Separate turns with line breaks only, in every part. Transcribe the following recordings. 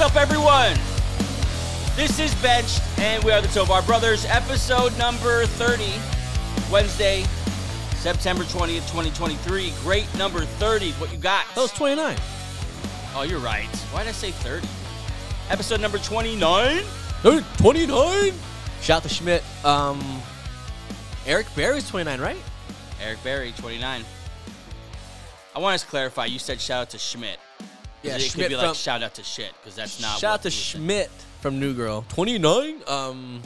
up, everyone? This is Benched, and we are the Tovar Brothers, episode number 30, Wednesday, September 20th, 2023. Great number 30. What you got?
That was 29.
Oh, you're right. Why did I say 30? Episode number 29?
No, 29? Shout out to Schmidt. Um, Eric Berry's 29, right?
Eric Berry, 29. I want us to clarify. You said shout out to Schmidt. 'Cause
Yeah,
it
Schmidt
could be like
from-
shout out to shit because that's not.
Shout
what
out
he
to
was saying.
Schmidt from New Girl. 29? Um,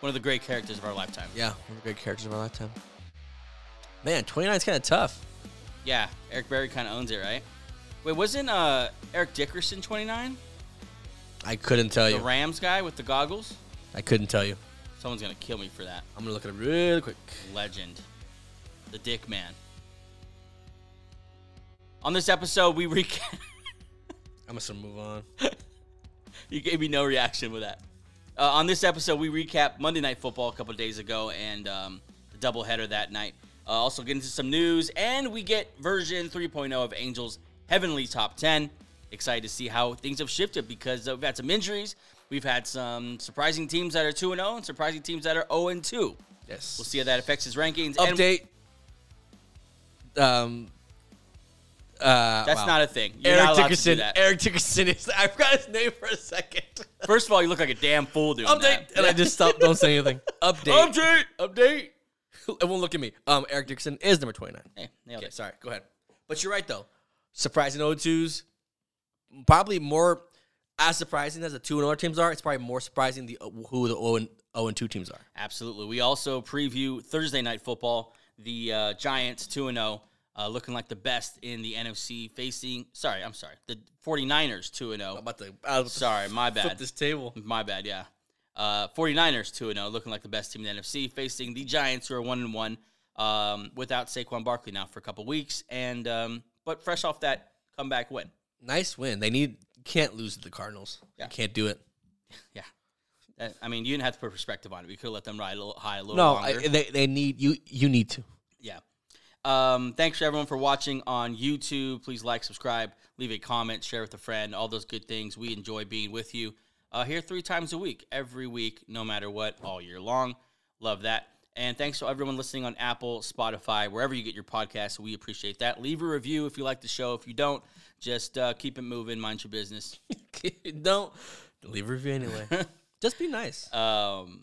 One of the great characters of our lifetime.
yeah, one of the great characters of my lifetime. Man, 29 is kind of tough.
Yeah, Eric Berry kind of owns it, right? Wait, wasn't uh, Eric Dickerson 29?
I couldn't tell
The
you.
Rams guy with the goggles?
I couldn't tell you.
Someone's going to kill me for that.
I'm going to look at it really quick.
Legend. The Dick Man. On this episode, we recap.
I'm going to move on.
you gave me no reaction with that. Uh, on this episode, we recap Monday Night Football a couple days ago and um, the doubleheader that night. Uh, also, get into some news, and we get version 3.0 of Angels Heavenly Top 10. Excited to see how things have shifted because uh, we've had some injuries. We've had some surprising teams that are 2 0 and surprising teams that are 0 2.
Yes.
We'll see how that affects his rankings. And
Update. Um, uh,
that's
wow.
not a thing. You're not
Eric
allowed to do
Dickerson.
that.
Eric Dickerson is. I forgot his name for a second.
First of all, you look like a damn fool doing
Update.
that.
And I just stopped. Don't say anything. Update.
Update!
Update. It won't look at me. Um, Eric Dickerson is number 29.
Hey, nailed
Okay,
it.
sorry. Go ahead. But you're right, though. Surprising 0 2s. Probably more as surprising as the 2 and 0 teams are. It's probably more surprising the uh, who the 0 and, 0 and 2 teams are.
Absolutely. We also preview Thursday night football. The uh, Giants 2 0, uh, looking like the best in the NFC, facing, sorry, I'm sorry, the 49ers 2
I'm
0.
about to. I
oh.
was
Sorry, my
flip
bad.
this table.
My bad, yeah. Uh, 49ers 2 0, looking like the best team in the NFC, facing the Giants, who are 1 1 um, without Saquon Barkley now for a couple weeks. And, um, but fresh off that comeback win.
Nice win. They need. Can't lose to the Cardinals.
Yeah.
Can't do it.
Yeah. That- Uh, I mean, you didn't have to put perspective on it. We could have let them ride a little high a little
No, I,
longer.
they, they need you. You need to.
Yeah. Um, thanks for everyone for watching on YouTube. Please like, subscribe, leave a comment, share with a friend, all those good things. We enjoy being with you uh, here three times a week, every week, no matter what, all year long. Love that. And thanks to everyone listening on Apple, Spotify, wherever you get your podcasts. We appreciate that. Leave a review if you like the show. If you don't, just uh, keep it moving, mind your business.
don't leave a review anyway. Just be nice.
Um,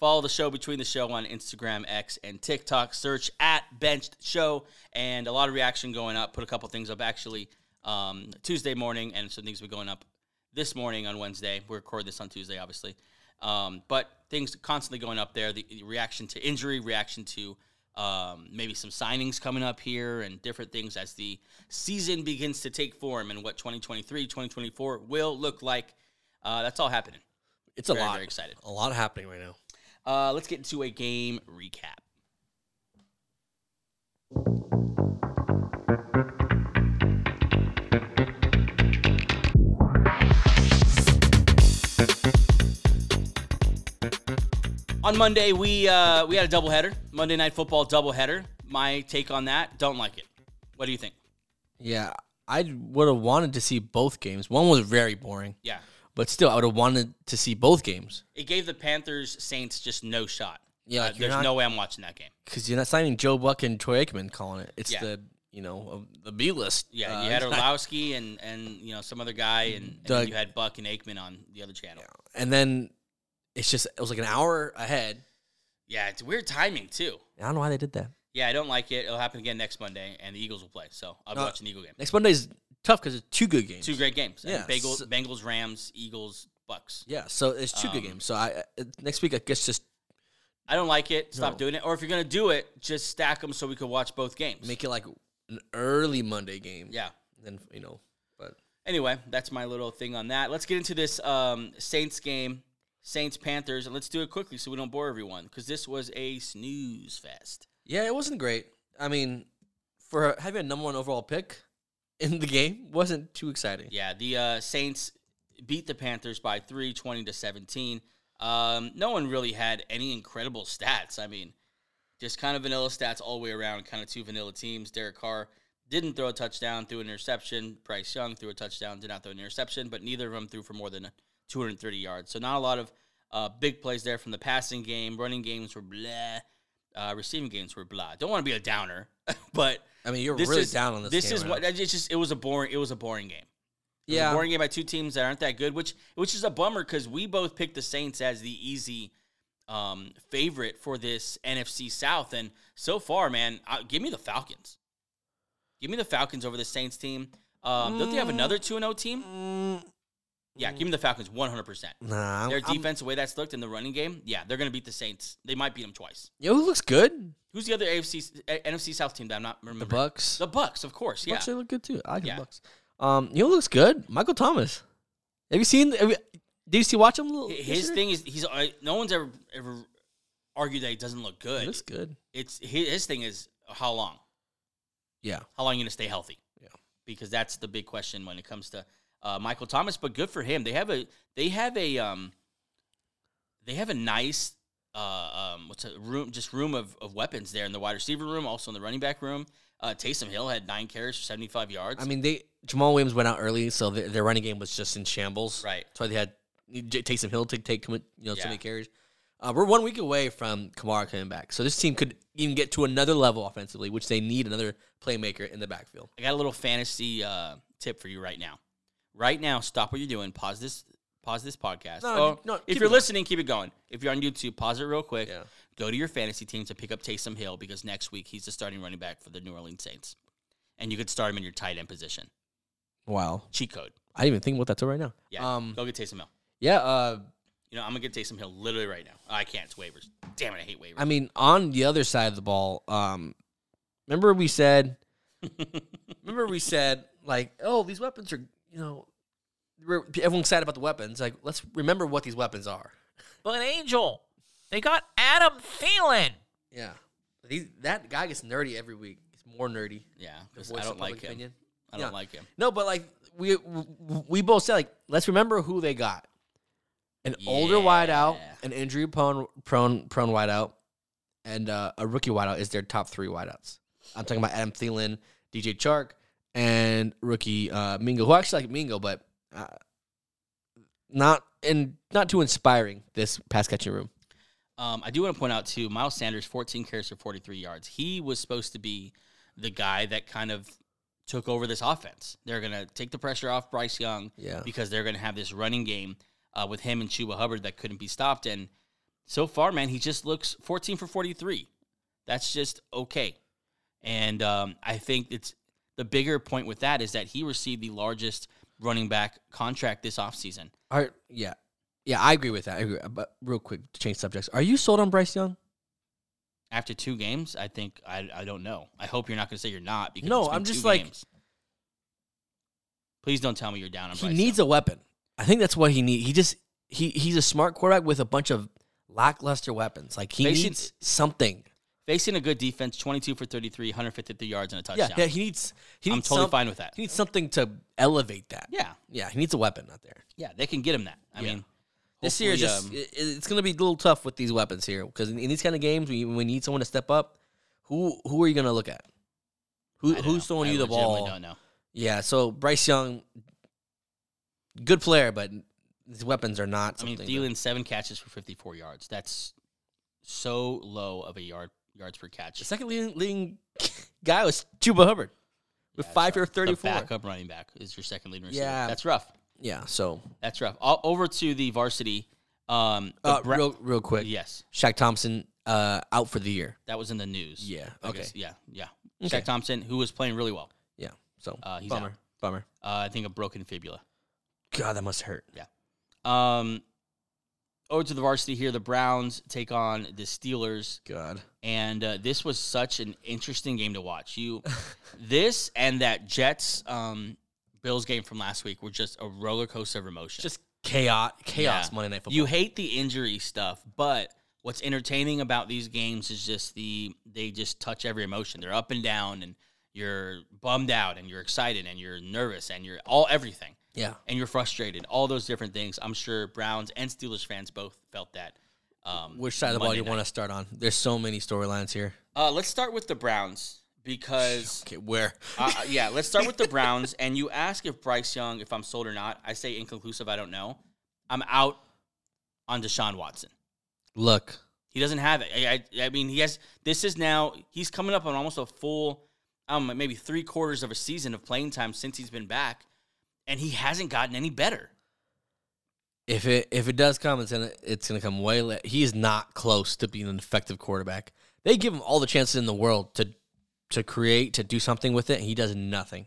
follow the show between the show on Instagram, X, and TikTok. Search at Benched Show, and a lot of reaction going up. Put a couple things up actually um, Tuesday morning, and some things will be going up this morning on Wednesday. We record this on Tuesday, obviously, um, but things constantly going up there. The the reaction to injury, reaction to um, maybe some signings coming up here and different things as the season begins to take form and what 2023 2024 will look like uh, that's all happening
it's a
very,
lot.
very excited.
A lot happening right now.
uh, let's get into a game recap. On Monday, we uh, we had a doubleheader, Monday Night Football doubleheader. My take on that, don't like it. What do you think?
Yeah, I would have wanted to see both games. One was very boring,
Yeah,
but still, I would have wanted to see both games
it gave the Panthers Saints just no shot.
Yeah,
Uh,
like you're
there's
not-
no way I'm watching that game.
because you're not signing Joe Buck and Troy Aikman calling it. It's
Yeah.
the you know uh, the B list.
Yeah,
Uh,
you had Orlowski and and you know some other guy, and, and then
Doug-
you had Buck and Aikman on the other channel.
and then it's just it was like an hour ahead.
Yeah, it's weird timing too.
I don't know why they did that.
Yeah, I don't like it. It'll happen again next Monday, and the Eagles will play. So I'll be
No.
watching the Eagle game.
Next Monday's tough because it's two good games.
Two great games. Yeah,
Yeah,
Bengals,
so-
Bengals, Rams, Eagles, Bucks.
Yeah, so it's two
Um,
good games. So I uh, next week I guess just
I don't like it. Stop
No.
doing it. Or if you're gonna do it, just stack them so we could watch both games.
make it like an early Monday game.
yeah.
Then you know, but
Anyway, that's my little thing on that. Let's get into this um, Saints game, Saints Panthers, and let's do it quickly so we don't bore everyone because this was a snooze fest.
yeah, it wasn't great. I mean, for having a number one overall pick in the game wasn't too exciting.
Yeah, the uh, Saints beat the Panthers by three, 20 to 17. Um, no one really had any incredible stats. I mean, just kind of vanilla stats all the way around, kind of two vanilla teams. Derek Carr didn't throw a touchdown, threw an interception. Bryce Young threw a touchdown, did not throw an interception, but neither of them threw for more than 230 yards. So not a lot of uh, big plays there from the passing game. Running games were blah. Uh, receiving games were blah. Don't want to be a downer, but
I mean, you're
this
really
is
down on this.
this
game
is
right
what
now.
it's just it was a boring it was a boring game. It was a
Yeah,
boring game by two teams that aren't that good, which which is a bummer because we both picked the Saints as the easy um, favorite for this NFC South, and so far, man, uh, give me the Falcons. Give me the Falcons over the Saints team. Um, Don't they have
Mm.
another two and zero team?
Mm,
Yeah, give me the Falcons one hundred percent.
nah,
Their
I'm, I'm-
defense, the way that's looked in the running game, yeah, they're gonna beat the Saints. They might beat them twice.
yo, who looks good?
Who's the other AFC A- NFC South team that I'm not remembering?
The Bucks.
The Bucks, of course. Yeah,
Bucks they look good too. I like
Yeah.
the Bucks. Um, you know who looks good? Michael Thomas. Have you seen? Have you, did you see watch him? l-
his
yesterday?
thing is he's uh, no one's ever ever argued that he doesn't look
He
good.
looks good.
It's his, his thing is how long?
Yeah,
How long you gonna stay healthy?
Yeah.
because that's the big question when it comes to uh, Michael Thomas. But good for him. They have a they have a um they have a nice uh um what's a room just room of, of weapons there in the wide receiver room, also in the running back room. Uh, Taysom Hill had nine carries for seventy five yards.
I mean they Jamal Williams went out early, so their, their running game was just in shambles.
right.
That's why they had J- Taysom Hill to take you know
Yeah.
so many carries. Uh, we're one week away from Kamara coming back, so this team could even get to another level offensively, which they need another playmaker in the backfield.
I got a little fantasy uh, tip for you right now. Right now, stop what you're doing. Pause this. Pause this podcast.
No,
Oh,
no, keep
if
it
you're
going.
listening, keep it going. If you're on YouTube, pause it real quick.
Yeah.
Go to your fantasy team to pick up Taysom Hill because next week he's the starting running back for the New Orleans Saints, and you could start him in your tight end position.
Wow,
Cheat code.
I didn't even think about that till right now.
Yeah.
Um,
go get Taysom Hill.
yeah. Uh,
You know I'm gonna get Taysom Hill literally right now. I can't. It's waivers. Damn it. I hate waivers.
I mean, on the other side of the ball, um, remember we said, remember we said, like, oh, these weapons are, you know, we're- everyone's excited about the weapons. Like, let's remember what these weapons are.
But Angel, they got Adam Thielen.
Yeah, these, that guy gets nerdy every week. It's more nerdy.
yeah. 'cause
Voice
I
of
don't like
public
him.
opinion.
I don't
Yeah.
like him.
No, but like we we both said, like, let's remember who they got: an older wideout,
Yeah.
an injury prone prone prone wideout, and uh, a rookie wideout is their top three wideouts. I'm talking about Adam Thielen, DJ Chark, and rookie uh, Mingo, who I actually like Mingo, but uh, not and not too inspiring this pass catching room.
Um, I do want to point out too, Miles Sanders, 14 carries for 43 yards. He was supposed to be the guy that kind of took over this offense. They're going to take the pressure off Bryce Young
Yeah,
because they're going to have this running game uh, with him and Chuba Hubbard that couldn't be stopped. And so far, man, he just looks 14 for 43. That's just okay. And um, I think it's the bigger point with that is that he received the largest running back contract this offseason.
Are, yeah, yeah, I agree with that. I agree. But real quick to change subjects, are you sold on Bryce Young?
After two games, I think I, I don't know. I hope you're not going to say you're not because
No,
it's been
I'm just
two
like-
games. please don't tell me you're down on.
he needs a weapon. I think that's what he needs. He just he he's a smart quarterback with a bunch of lackluster weapons. Like he
They should-
needs something.
facing a good defense, 22 for 33, 153 yards and a
Yeah,
touchdown.
yeah, he needs he
I'm
needs
totally
some-
fine with that.
He needs something to elevate that.
Yeah,
yeah, he needs a weapon out there.
yeah, they can get him that. I
Yeah.
mean,
This year is
hopefully,
just
um,
it, it's going to be a little tough with these weapons here because in, in these kind of games we we need someone to step up. Who who are you going to look at? Who
I don't
who's
know.
throwing
I
you the
legitimately
ball?
Don't know.
Yeah, so Bryce Young, good player, but his weapons are not.
I mean,
Something that-
Thielen seven catches for 54 yards. That's so low of a yard yards per catch.
The second leading, leading guy was Chuba Hubbard with five for
The
thirty-four.
backup running back is your second leading receiver.
Yeah.
that's rough.
Yeah, so
That's rough. O- over to the varsity. Um, the
uh,
Bra-
real real quick,
yes.
Shaq Thompson uh, out for the year.
That was in the news.
Yeah,
I
okay.
guess. Yeah. Yeah.
Okay.
Shaq Thompson, who was playing really well.
Yeah, so
Uh, he's
bummer,
out.
bummer.
Uh, I think a broken fibula.
God, that must hurt.
Um, over to the varsity here. The Browns take on the Steelers,
God,
and uh, this was such an interesting game to watch. You, this and that Jets um, Bills game from last week were just a roller coaster of emotion.
just chaos, chaos.
Yeah.
Monday Night Football.
You hate the injury stuff, but what's entertaining about these games is just the they just touch every emotion. They're up and down, and you're bummed out, and you're excited, and you're nervous, and you're all everything,
yeah,
and you're frustrated. All those different things. I'm sure Browns and Steelers fans both felt that. Um,
which side of the ball do
Monday
you want to start on? There's so many storylines here.
night. Uh, let's start with the Browns because
Okay, where?
uh, uh, yeah, let's start with the Browns. And you ask if Bryce Young, if I'm sold or not. I say inconclusive. I don't know. I'm out on Deshaun Watson.
Look,
He doesn't have it. I, I, I mean, he has. This is now. He's coming up on almost a full, um, maybe three quarters of a season of playing time since he's been back, and he hasn't gotten any better.
if it if it does come, it's gonna it's gonna come way late. He is not close to being an effective quarterback. They give him all the chances in the world to to create to do something with it, and he does nothing.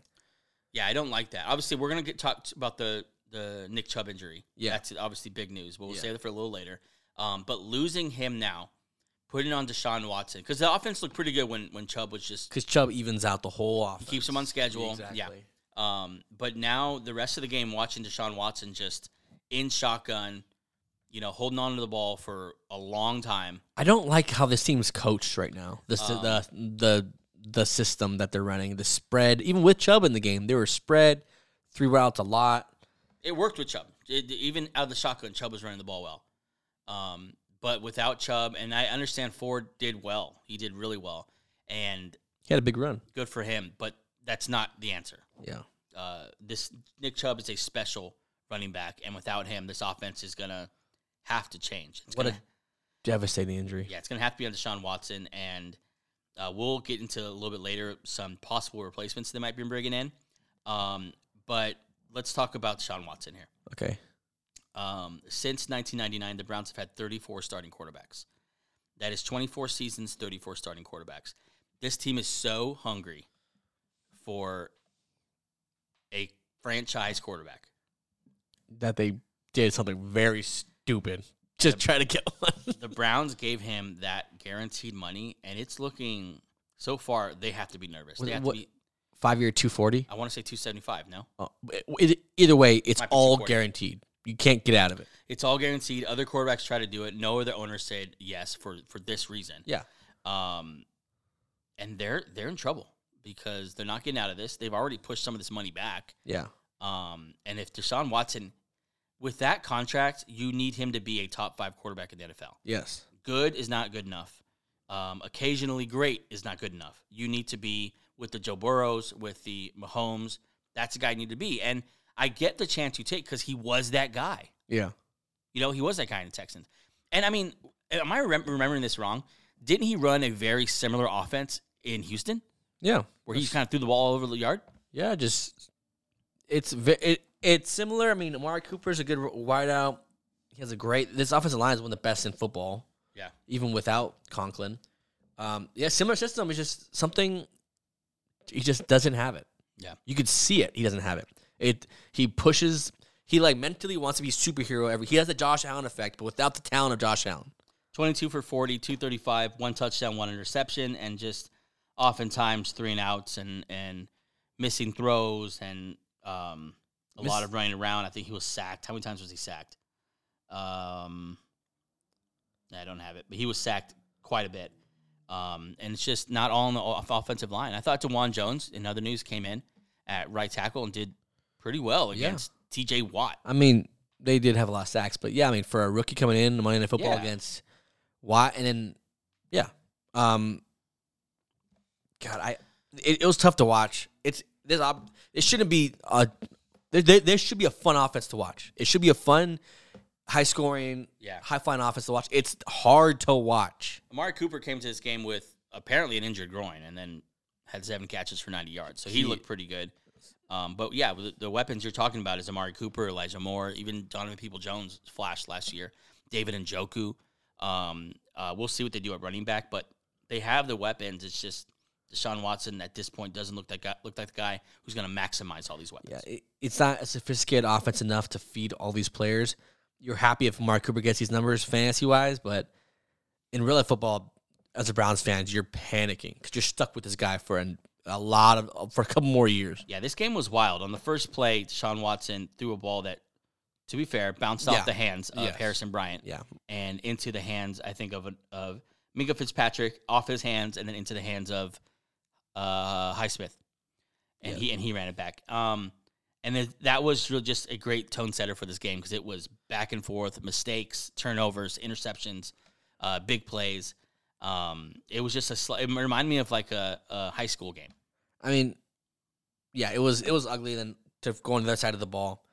Yeah, I don't like that. Obviously, we're gonna get talked about the the Nick Chubb injury.
Yeah.
that's obviously big news. But we'll
Yeah.
save it for a little later. Um, but losing him now, putting on Deshaun Watson because the offense looked pretty good when when Chubb was just
Because Chubb evens out the whole offense.
keeps him on schedule. Yeah. Um, but now the rest of the game, watching Deshaun Watson just in shotgun, you know, holding on to the ball for a long time.
I don't like how this team's coached right now. The s
Um,
the the the system that they're running, the spread. Even with Chubb in the game, they were spread three routes a lot.
It worked with Chubb. It, even out of the shotgun, Chubb was running the ball well. Um, but without Chubb, and I understand Ford did well. He did really well, and
He had a big run.
good for him. But that's not the answer.
Yeah,
Uh, this Nick Chubb is a special running back, and without him, this offense is gonna have to change. It's
What a
gonna-
devastating injury.
Yeah, it's going to have to be on Deshaun Watson, and uh, we'll get into a little bit later some possible replacements they might be bringing in. Um, but let's talk about Deshaun Watson here.
Okay,
Um, since 1999, the Browns have had 34 starting quarterbacks. That is 24 seasons, 34 starting quarterbacks. This team is so hungry for a franchise quarterback.
that they did something very stupid. Just try to get one.
The Browns gave him that guaranteed money, and it's looking so far they have to be nervous.
Was
They
it
have
what-
to be
Five year two forty.
I
Uh,
want to say 275. No,
Either way, it's
Might be
all
240.
guaranteed. You can't get out of it.
it's all guaranteed. Other quarterbacks try to do it. No other owner said yes for for this reason.
Yeah.
Um, and they're they're in trouble because they're not getting out of this. They've already pushed some of this money back.
Yeah.
Um, and if Deshaun Watson, with that contract, you need him to be a top five quarterback in the NFL.
Yes.
Good is not good enough. Um, occasionally great is not good enough. You need to be with the Joe Burrows, with the Mahomes. That's the guy you need to be. And I get the chance you take because he was that guy.
Yeah.
You know, he was that guy in the Texans. And I mean, am I rem- remembering this wrong? Didn't he run a very similar offense in Houston
Yeah.
where he just kind of threw the ball all over the yard?
Yeah, just it's ve- it, it's similar. I mean, Amari Cooper's a good wideout. He has a great. This offensive line is one of the best in football,
Yeah.
even without Conklin. Um, yeah, similar system is just something he just doesn't have it.
Yeah.
you could see it. He doesn't have it. It he pushes. He like mentally wants to be superhero. Every he has the Josh Allen effect, but without the talent of Josh Allen.
22 for 40, 235, one touchdown, one interception, and just oftentimes three and outs and, and missing throws and um, a
Miss-
lot of running around. I think he was sacked. How many times was he sacked? Um, I don't have it, but he was sacked quite a bit. Um, and it's just not all on the off- offensive line. I thought Dewan Jones, in other news, came in at right tackle and did pretty well
Yeah.
against TJ Watt.
I mean, they did have a lot of sacks, but yeah, I mean, for a rookie coming in, Monday Night Football
Yeah.
against Watt, and then yeah, um, God, I it, it was tough to watch. It's this op- it shouldn't be a there, there, there should be a fun offense to watch. It should be a fun, high scoring,
Yeah.
high flying offense to watch. It's hard to watch.
Amari Cooper came to this game with apparently an injured groin and then had seven catches for 90 yards. So he,
He-
looked pretty good. Um, but yeah, the, the weapons you're talking about is Amari Cooper, Elijah Moore, even Donovan People Jones flashed last year, David and Joku. Um, uh, we'll see what they do at running back, but they have the weapons. It's just Deshaun Watson at this point doesn't look that guy, look like the guy who's going to maximize all these weapons.
Yeah, it, it's not a sophisticated offense enough to feed all these players. You're happy if Mark Cooper gets these numbers fantasy wise, but in real life football, as a Browns fan, you're panicking because you're stuck with this guy for an, a lot of for a couple more years.
Yeah, this game was wild. On the first play, Deshaun Watson threw a ball that, to be fair, bounced off
Yeah.
the hands of
Yes.
Harrison Bryant.
Yeah,
and into the hands, I think, of of Minka Fitzpatrick off his hands and then into the hands of uh, Highsmith, and
Yeah.
he and he ran it back. Um, and then that was real just a great tone setter for this game because it was back and forth, mistakes, turnovers, interceptions, uh, big plays. Um, it was just a. Sl- it reminded me of like a, a high school game.
I mean, yeah, it was it was ugly. Then to go on the other side of the ball,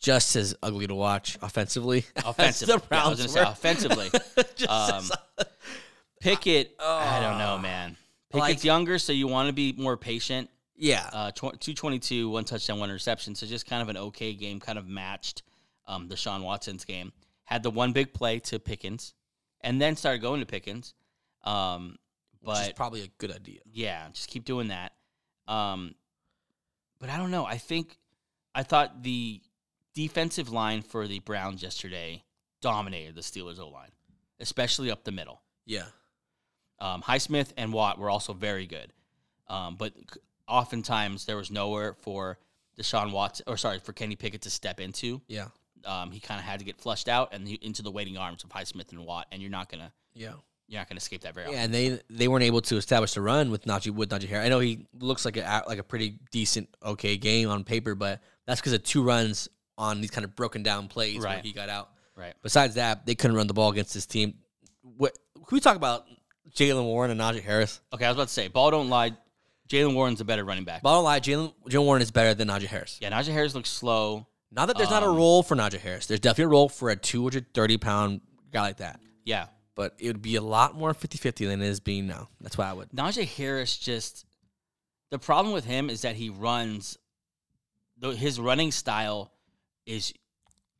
just as ugly to watch offensively. as
Offensively,
the
Yeah, I was
Browns
gonna say
were.
offensively.
Just
Um,
as-
Pickett, I don't know, man. Pickett's
Oh. Like-
younger, so you want to be more patient.
yeah,
Uh, tw- two twenty-two, one touchdown, one interception. So just kind of an okay game, kind of matched um, the Sean Watson's game. Had the one big play to Pickens, and then started going to Pickens. Um,
which is
but
probably a good idea.
yeah, just keep doing that. Um, but I don't know. I think I thought the defensive line for the Browns yesterday dominated the Steelers O line, especially up the middle.
Yeah,
Um, Highsmith and Watt were also very good, um, but c- oftentimes there was nowhere for Deshaun Watson, or sorry, for Kenny Pickett to step into.
yeah,
Um, he kind of had to get flushed out and he, into the waiting arms of Highsmith and Watt, and you're not gonna
yeah,
you're not gonna escape that very
yeah.
often.
And they they weren't able to establish the run with Najee with Najee Harris. I know he looks like a like a pretty decent okay game on paper, but that's because of two runs on these kind of broken down plays where
Right.
he got out.
Right.
Besides that, they couldn't run the ball against this team. What can we talk about? Jalen Warren and Najee Harris.
Okay, I was about to say, ball don't lie. Jalen Warren's a better running back.
Bottom line, Jalen Jalen Warren is better than Najee Harris.
Yeah, Najee Harris looks slow.
Not that there's not a
Um,
role for Najee Harris. There's definitely a role for a 230 pound guy like that.
Yeah.
But it would be a lot more 50 50 than it is being now. That's why I would.
Najee Harris just the problem with him is that he runs though his running style is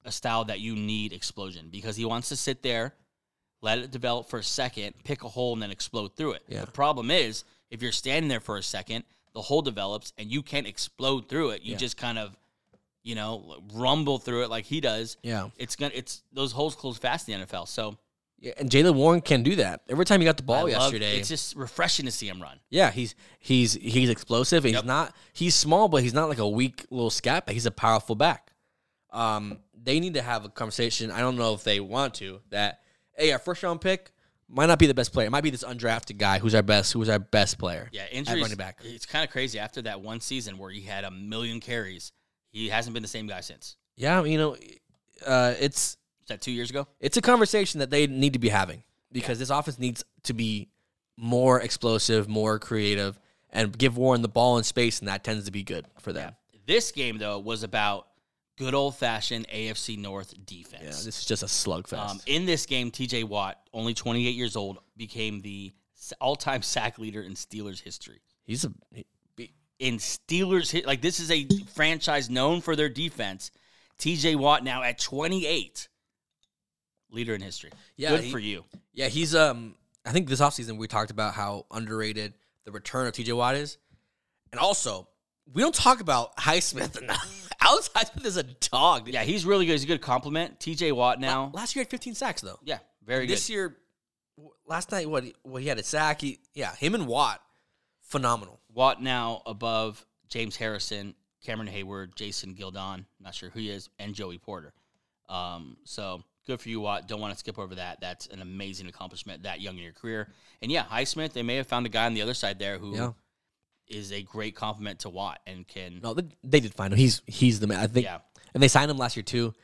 a style that you need explosion because he wants to sit there, let it develop for a second, pick a hole and then explode through it.
Yeah.
The problem is if you're standing there for a second, the hole develops and you can't explode through it. You
Yeah.
just kind of, you know, rumble through it like he does.
Yeah.
It's gonna it's those holes close fast in the NFL. So
yeah and Jalen Warren can do that. Every time he got the
I
ball
love-
yesterday.
it's just refreshing to see him run.
yeah, he's he's he's explosive. And
Yep.
He's not he's small, but he's not like a weak little scat. But he's a powerful back. Um, they need to have a conversation. I don't know if they want to. That hey, our first round pick might not be the best player. It might be this undrafted guy who's our best who's our best player.
Yeah, injuries.
running back.
It's kind of crazy. After that one season where he had a million carries, he hasn't been the same guy since.
Yeah, you know, uh, it's
Is that two years ago?
it's a conversation that they need to be having because this offense needs to be more explosive, more creative, and give Warren the ball in space, and that tends to be good for them.
This game though was about good old fashioned AFC North defense.
Yeah, this is just a slugfest.
um, in this game, T.J. Watt, only 28 years old, became the s- all-time sack leader in Steelers history.
He's a he-
In Steelers, hi- like this is a franchise known for their defense. T.J. Watt now at 28, leader in history.
Yeah,
good
he-
for you.
yeah, he's um. I think this offseason we talked about how underrated the return of T.J. Watt is, and also we don't talk about Highsmith enough. Alex Highsmith is a dog. dude.
Yeah, he's really good. He's a good compliment. T.J. Watt now.
last year he had 15 sacks though.
Yeah, very good.
this year, w- last night, what he- what he had a sack. He, yeah, him and Watt, phenomenal.
Watt now above James Harrison, Cameron Hayward, Jason Gildon, not sure who he is, and Joey Porter. Um, so good for you, Watt. Don't want to skip over that. That's an amazing accomplishment that young in your career. And yeah, Highsmith, they may have found a guy on the other side there who is
Yeah.
a great compliment to Watt and can.
No, they, they did find him. He's he's the man. I think,
Yeah,
and they signed him last year too.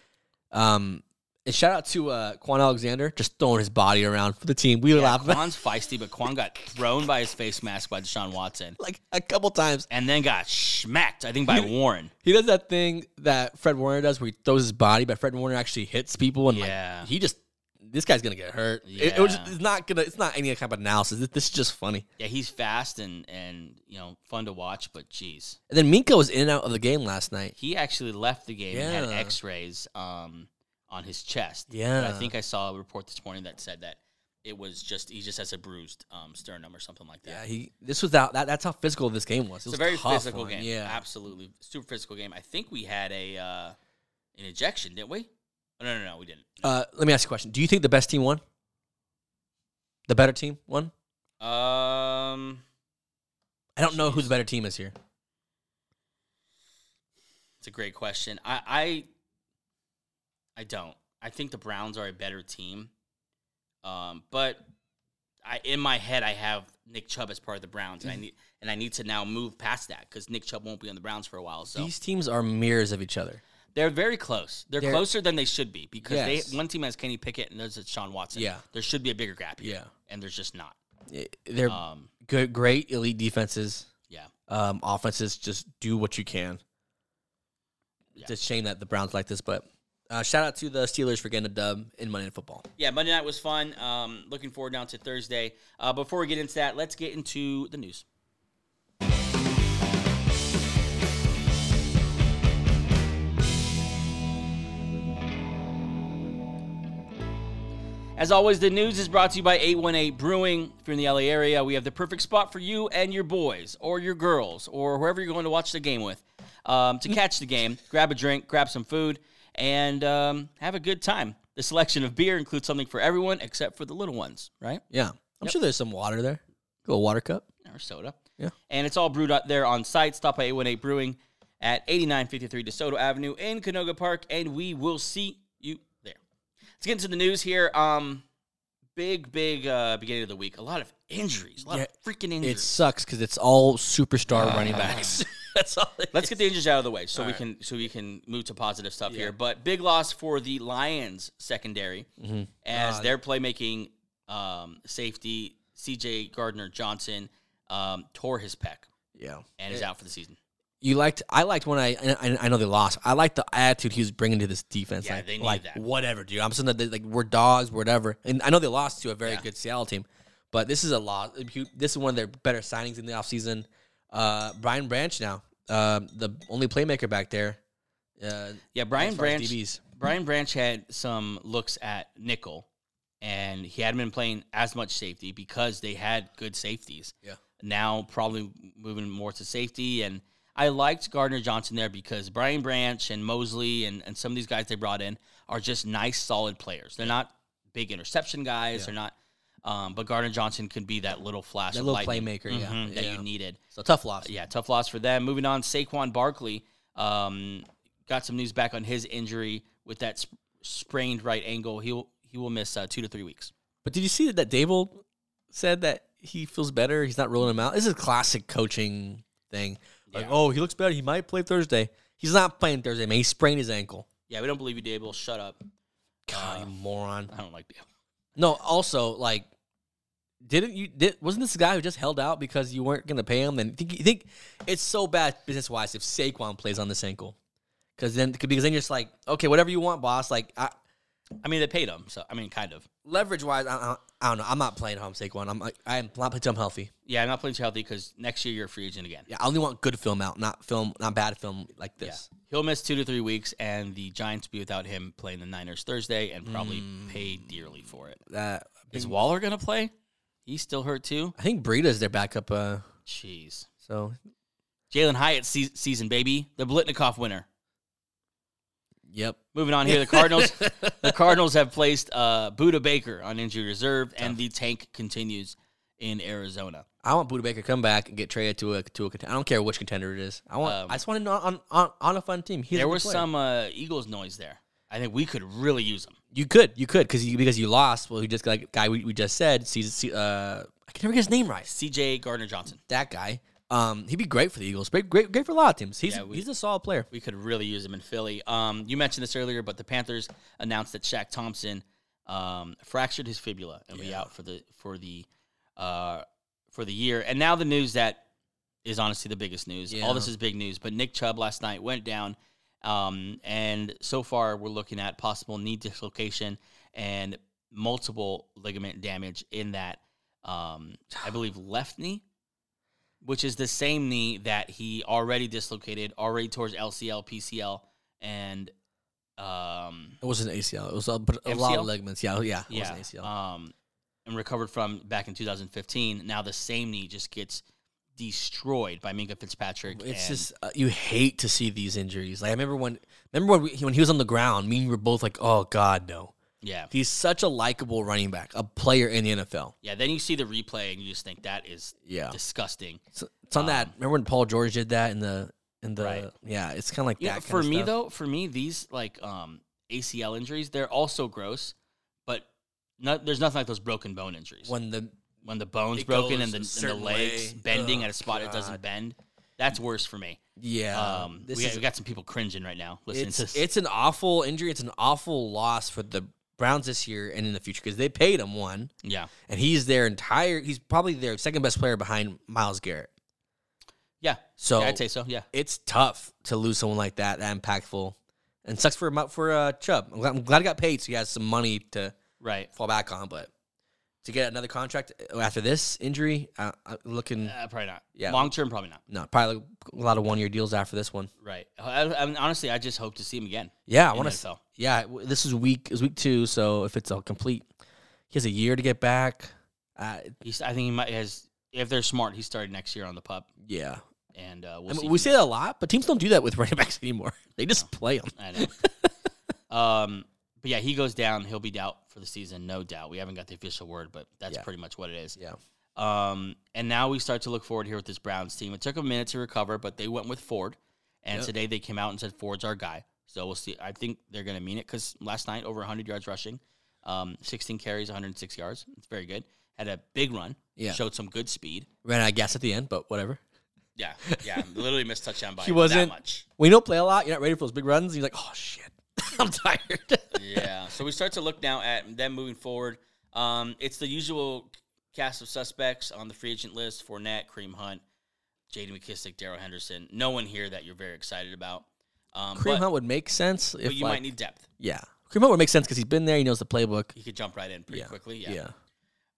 Um, and shout out to uh, Quan Alexander just throwing his body around for the team. We were
yeah
laughing
Quan's feisty, but Quan got thrown by his face mask by Deshaun Watson,
like a couple times.
and then got smacked. I think by Warren.
He does that thing that Fred Warner does, where he throws his body, but Fred Warner actually hits people, and
Yeah.
like he just this guy's gonna get hurt. It, it was
Yeah.
it's not gonna. It's not any kind of analysis. This, this is just funny.
Yeah, he's fast and and you know fun to watch, but geez.
And then Minka was in and out of the game last night.
he actually left the game and
Yeah.
had x-rays um, on his chest But i
Yeah.
think i saw a report this morning that said that it was just he just has a bruised um, sternum or something like that
Yeah, he. This was that. that that's how physical this game was.
it's
It was
a very
tough
physical
one.
game
Yeah,
absolutely super physical game i think we had a uh, an ejection didn't we oh, no no no we didn't
Uh, let me ask you a question. Do you think the best team won? The better team won?
um
I don't know who the better team is here.
it's a great question i i i don't i think the browns are a better team um but I in my head I have Nick Chubb as part of the Browns,
Mm.
and I need and I need to now move past that because Nick Chubb won't be on the Browns for a while. So
These teams are mirrors of each other.
they're very close. They're,
They're-
closer than they should be because
Yes.
they one team has Kenny Pickett and there's a Sean Watson.
Yeah.
there should be a bigger gap. Here,
Yeah. Uh,
and there's just not.
Eh, They're
Um,
good, great elite defenses.
Yeah.
Um, offenses just do what you can.
Yeah.
It's a shame that the Browns like this, but uh, shout out to the Steelers for getting a dub in Monday Night Football.
yeah, Monday night was fun. Um, looking forward now to Thursday. Uh, before we get into that, let's get into the news. As always, the news is brought to you by 818 Brewing. If you're in the LA area, we have the perfect spot for you and your boys or your girls or whoever you're going to watch the game with um, to catch the game, grab a drink, grab some food, and um, have a good time. The selection of beer includes something for everyone except for the little ones, right?
Yeah, I'm sure there's some water there. Go water cup.
Or soda.
Yeah.
And it's all brewed out there on site. Stop by 818 Brewing at 8953 DeSoto Avenue in Canoga Park, and we will see you there. Let's get into the news here. Um, big, big uh, beginning of the week. A lot of injuries. A lot of freaking
It
injuries.
sucks because it's all superstar running backs. That's all. it
Let's
is.
get the injuries out of the way so we
right.
can so we can move to positive stuff
Yeah.
here. But big loss for the Lions secondary
Mhm.
as
Uh,
their playmaking um, safety C.J. Gardner Johnson um, tore his pec
Yeah.
and is
Yeah.
out for the season.
You liked. I liked when I. and I, I know they lost. I liked the attitude he was bringing to this defense.
Yeah,
like,
they need
like,
that.
Whatever, dude. I'm saying that they, like we're dogs, whatever. And I know they lost to a very
Yeah.
good Seattle team, but this is a loss. This is one of their better signings in the offseason. Uh, Brian Branch now, um, the only playmaker back there. Uh,
Yeah,
as
Brian
far as
Branch.
DBs.
Brian Branch had some looks at nickel, and he hadn't been playing as much safety because they had good safeties.
Yeah.
Now probably moving more to safety, and I liked Gardner Johnson there because Brian Branch and Mosley and, and some of these guys they brought in are just nice, solid players. They're not big interception guys.
Yeah.
They're not, um, but Gardner Johnson could be that little flash,
That
of
little
lightning.
playmaker, yeah,
Mhm, that
yeah.
you needed.
So tough loss.
Yeah, tough loss for them. Moving on, Saquon Barkley um, got some news back on his injury with that sp- sprained right ankle. He will he will miss uh, two to three weeks.
But did you see that Dable said that he feels better? He's not ruling him out. This is a classic coaching thing. Like,
Yeah.
oh, he looks better. He might play Thursday. He's not playing Thursday, man. He sprained his ankle.
Yeah, we don't believe you, Dable. Shut up.
God, you moron.
I don't like Dable.
No, also like, didn't you? Did wasn't this the guy who just held out because you weren't gonna pay him? Then think you think it's so bad business wise if Saquon plays on this ankle, because then because then you're just like, okay, whatever you want, boss. Like, I,
I mean, they paid him, so I mean, kind of.
leverage wise, I, I, I don't know. I'm not playing home Saquon. I'm I, I'm not playing till I'm healthy.
Yeah, I'm not playing too healthy because next year you're a free agent again.
Yeah, I only want good film out, not film, not bad film like this.
Yeah. He'll miss two to three weeks, and the Giants will be without him playing the Niners Thursday and probably pay dearly for it.
That
Is Waller going to play? He's still hurt too?
I think Breida is their backup. Uh,
Jeez.
so
Jalen Hyatt se- season, baby. The Blitnikoff winner.
yep.
Moving on here, the Cardinals. the Cardinals have placed uh, Buda Baker on injury reserve, and the tank continues in Arizona.
I want Buda Baker to come back and get traded to a to a. Cont- I don't care which contender it is. I want.
Um,
I just want him on on, on a fun team. He's a
there
good
was
player.
some uh, Eagles noise there. I think we could really use them.
You could. You could because you because you lost. Well, you just like guy we, we just said. Sees. see- Uh, I can never get his name right.
C.J. Gardner Johnson.
That guy. Um, he'd be great for the Eagles. Great, great, great for a lot of teams. He's
Yeah, we-
he's a solid player.
We could really use him in Philly. Um, you mentioned this earlier, but the Panthers announced that Shaq Thompson um, fractured his fibula and will be
Yeah.
out for the for the uh, for the year. And now the news that is honestly the biggest news. All this
Yeah.
is big news. But Nick Chubb last night went down, um, and so far we're looking at possible knee dislocation and multiple ligament damage in that um, I believe left knee, which is the same knee that he already dislocated, already towards LCL, PCL, and um,
It wasn't ACL. It was a, but a lot
MCL?
of ligaments. Yeah, yeah. It
yeah,
wasn't ACL.
um, and recovered from back in 2015. Now the same knee just gets destroyed by Minka Fitzpatrick.
It's
and-
just uh, you hate to see these injuries. Like I remember when, remember when, we, when he was on the ground. Me and you were both like, "Oh God, no."
yeah,
He's such a likable running back, a player in the NFL.
yeah. Then you see the replay and you just think that is
Yeah,
disgusting.
so, it's on that. Remember when Paul George did that in the in the
Um, Right.
yeah? It's kind of like
You know,
that. kinda
for me
stuff.
though, for me, these like um, ACL injuries, they're also gross, but not, there's nothing like those broken bone injuries. When,
when the
the bone's
It
broken
goes
and the,
a
and the
certain
legs
way.
bending
Ugh,
at a spot it doesn't
God.
bend, that's worse for me.
yeah,
Um,
this
we,
is
we got some people cringing right now listening
it's
to this.
it's an awful injury. It's an awful loss for the Browns this year and in the future because they paid him one,
Yeah.
and he's their entire. He's probably their second best player behind Miles Garrett.
Yeah.
So
yeah, I'd say so. Yeah.
it's tough to lose someone like that, that impactful, and sucks for him for uh, Chubb. I'm glad, I'm glad he got paid, so he has some money to
Right.
fall back on. But to get another contract uh, after this injury, uh, I'm looking
Uh, probably not.
Yeah.
Long term, probably not.
no probably a lot of one year deals after this one.
Right. I, I mean, honestly, I just hope to see him again.
Yeah, I
in
want
the
to.
NFL.
Yeah, w- this is week is week two, so if it's all complete, he has a year to get back. Uh,
He's. I think he might has. If they're smart, he started next year on the pup,
yeah,
and uh,
I
we'll
mean,
see.
we say that a lot, but teams don't do that with running backs anymore. They just play them.
I know. um, but yeah, he goes down. He'll be out for the season, no doubt. We haven't got the official word, but that's
Yeah.
pretty much what it is.
Yeah.
Um, and now we start to look forward here with this Browns team. It took a minute to recover, but they went with Ford, and
Yep.
today they came out and said Ford's our guy. So we'll see. I think they're going to mean it because last night over 100 yards rushing, um, 16 carries, 106 yards. It's very good. Had a big run.
Yeah.
Showed some good speed.
Ran out of gas at the end, but whatever.
Yeah, yeah. literally missed touchdown by
He wasn't-
much.
When you don't play a lot, you're not ready for those big runs. And you're like, oh shit, I'm tired.
yeah. So we start to look now at them moving forward. Um, it's the usual cast of suspects on the free agent list: Fournette, Cream Hunt, J.D. McKissick, Daryl Henderson. No one here that you're very excited about. Um,
Cream
but,
Hunt would make sense if
but you
like,
might need depth.
yeah, Cream Hunt would make sense because he's been there. He knows the playbook.
He could jump right in pretty
Yeah.
quickly.
Yeah,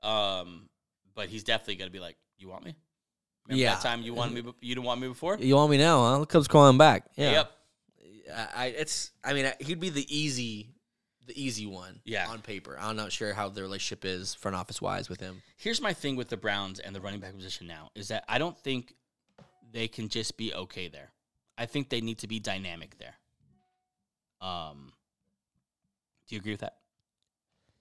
Yeah. Um, but he's definitely gonna be like, "You want me? Remember
Yeah.
that time you wanted me, be- you didn't want me before.
you want me now? Huh? Cubs calling back. Yeah.
Yep.
I I- it's I mean I- he'd be the easy the easy one
Yeah.
on paper. I'm not sure how the relationship is front office wise with him.
Here's my thing with the Browns and the running back position now is that I don't think they can just be okay there. I think they need to be dynamic there. Um, do you agree with that?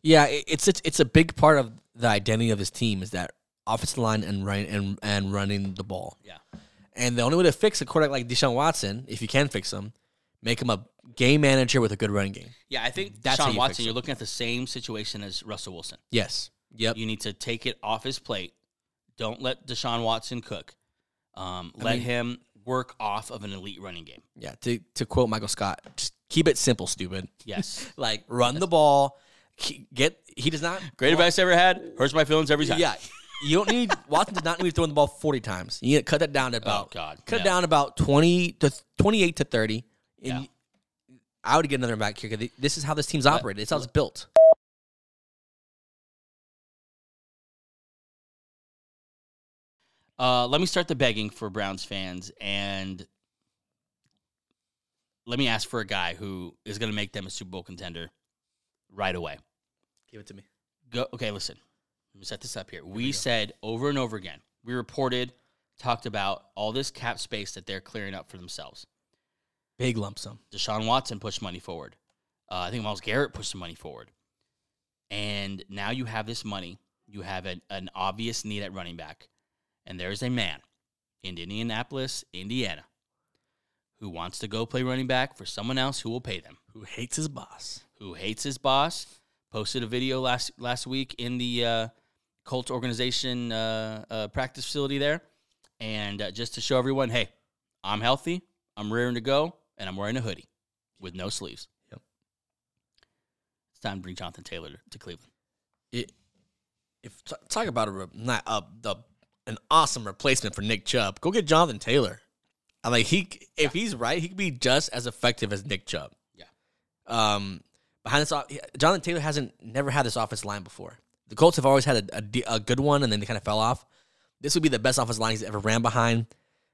Yeah, it, it's it's it's a big part of the identity of his team is that offensive line and run and and running the ball.
Yeah.
And the only way to fix a quarterback like Deshaun Watson, if you can fix him, make him a game manager with a good running game.
Yeah, I think
That's how
Sean
you fix
Watson,
it.
you're looking at the same situation as Russell Wilson.
Yes. Yep.
You need to take it off his plate. Don't let Deshaun Watson cook. Um,
I
let
mean-
him work off of an elite running game.
Yeah. To to quote Michael Scott, just keep it simple, stupid.
Yes.
Like run the ball. ke- Get he does not
Great advice I ever had. Hurts my feelings every time.
Yeah. You don't need Watson does not need to be throwing the ball 40 times. You need to cut that down to about
Oh, God,
cut it
no.
down about 20 to 28 to 30 and
Yeah.
you- I would get another back here because this is how this team's operated. It's how it's built.
Uh, let me start the begging for Browns fans, and let me ask for a guy who is going to make them a Super Bowl contender right away.
Give it to me.
Go. Okay, listen. Let me set this up here. We said over and over again. We reported, talked about all this cap space that they're clearing up for themselves.
Big lump sum.
Deshaun Watson pushed money forward. Uh, I think Miles Garrett pushed some money forward. And now you have this money. You have an, an obvious need at running back. And there is a man in Indianapolis, Indiana, who wants to go play running back for someone else who will pay them,
Who hates his boss?
who hates his boss. Posted a video last, last week in the uh, Colts organization uh, uh, practice facility there. And uh, just to show everyone hey, I'm healthy, I'm rearing to go, and I'm wearing a hoodie with no sleeves.
Yep.
It's time to bring Jonathan Taylor to, to Cleveland.
It, if t- talk about a re- not a, the an awesome replacement for Nick Chubb. Go get Jonathan Taylor. I like he c- if he's right, he could be just as effective as Nick Chubb.
Yeah.
Um, behind this, off- Jonathan Taylor hasn't never had this offense line before. The Colts have always had a, a de- a good one, and then they kind of fell off. This would be the best offense line he's ever ran behind.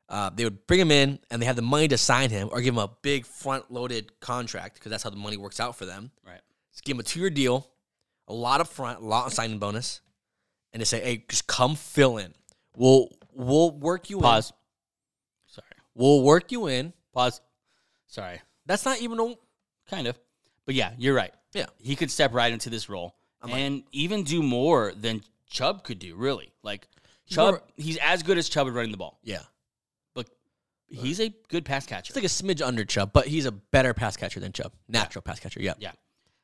Uh, they would bring him in, and they had the money to sign him or give him a big front-loaded contract because that's how the money works out for them.
Right.
Just give him a two-year deal, a lot of front, a lot of signing bonus, and they say, "Hey, just come fill in. We'll we'll work you
Pause.
in.
Sorry.
We'll work you in.
Pause. Sorry.
That's not even a
Kind of. But yeah, you're right.
yeah.
He could step right into this role
I'm like-
and even do more than Chubb could do, really. Like,
He's
Chubb,
more-
he's as good as Chubb at running the ball,
Yeah,
but he's a good pass catcher.
it's like a smidge under Chubb, but he's a better pass catcher than Chubb. Natural pass catcher. Yeah.
yeah.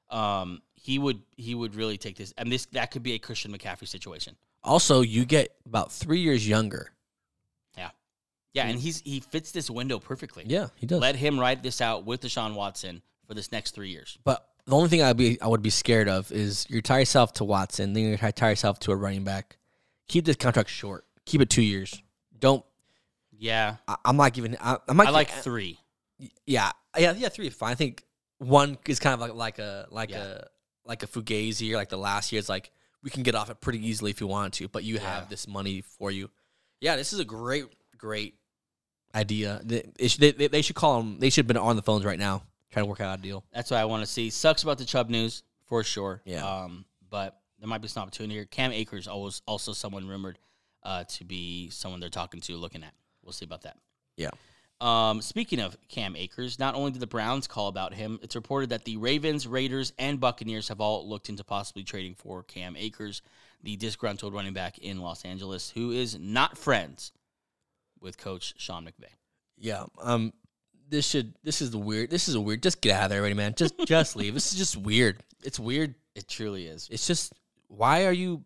Um, he would he would really take this, and this that could be a Christian McCaffrey situation.
Also, you get about three years younger.
Yeah, yeah, and he's he fits this window perfectly.
Mm. Yeah, he does.
Let him ride this out with Deshaun Watson for this next three years.
but the only thing I'd be I would be scared of is you retire yourself to Watson, then you retire yourself to a running back. Keep this contract short. Keep it two years. Don't.
Yeah,
I, I'm not giving. I, I'm not
I like
giving-
three.
yeah, yeah, yeah. Three is fine. I think one is kind of like like a like
Yeah.
a like a fugazi year. Like the last year is like we can get off it pretty easily if you want to, but you
Yeah.
have this money for you. Yeah, this is a great great idea. They, it should- they, they, they should call them. They should have been on the phones right now trying to work out a deal.
That's what I want to see. Sucks about the Chubb news for sure.
Yeah.
Um, but there might be some opportunity here. Cam Akers always also someone rumored uh, to be someone they're talking to, looking at. We'll see about that.
Yeah.
Um, speaking of Cam Akers, not only did the Browns call about him, it's reported that the Ravens, Raiders, and Buccaneers have all looked into possibly trading for Cam Akers, the disgruntled running back in Los Angeles, who is not friends with Coach Sean McVay.
Yeah. Um. This should. This is the weird. This is a weird. Just get out of there already, man. Just just leave. This is just weird. It's weird.
It truly is.
It's just why are you?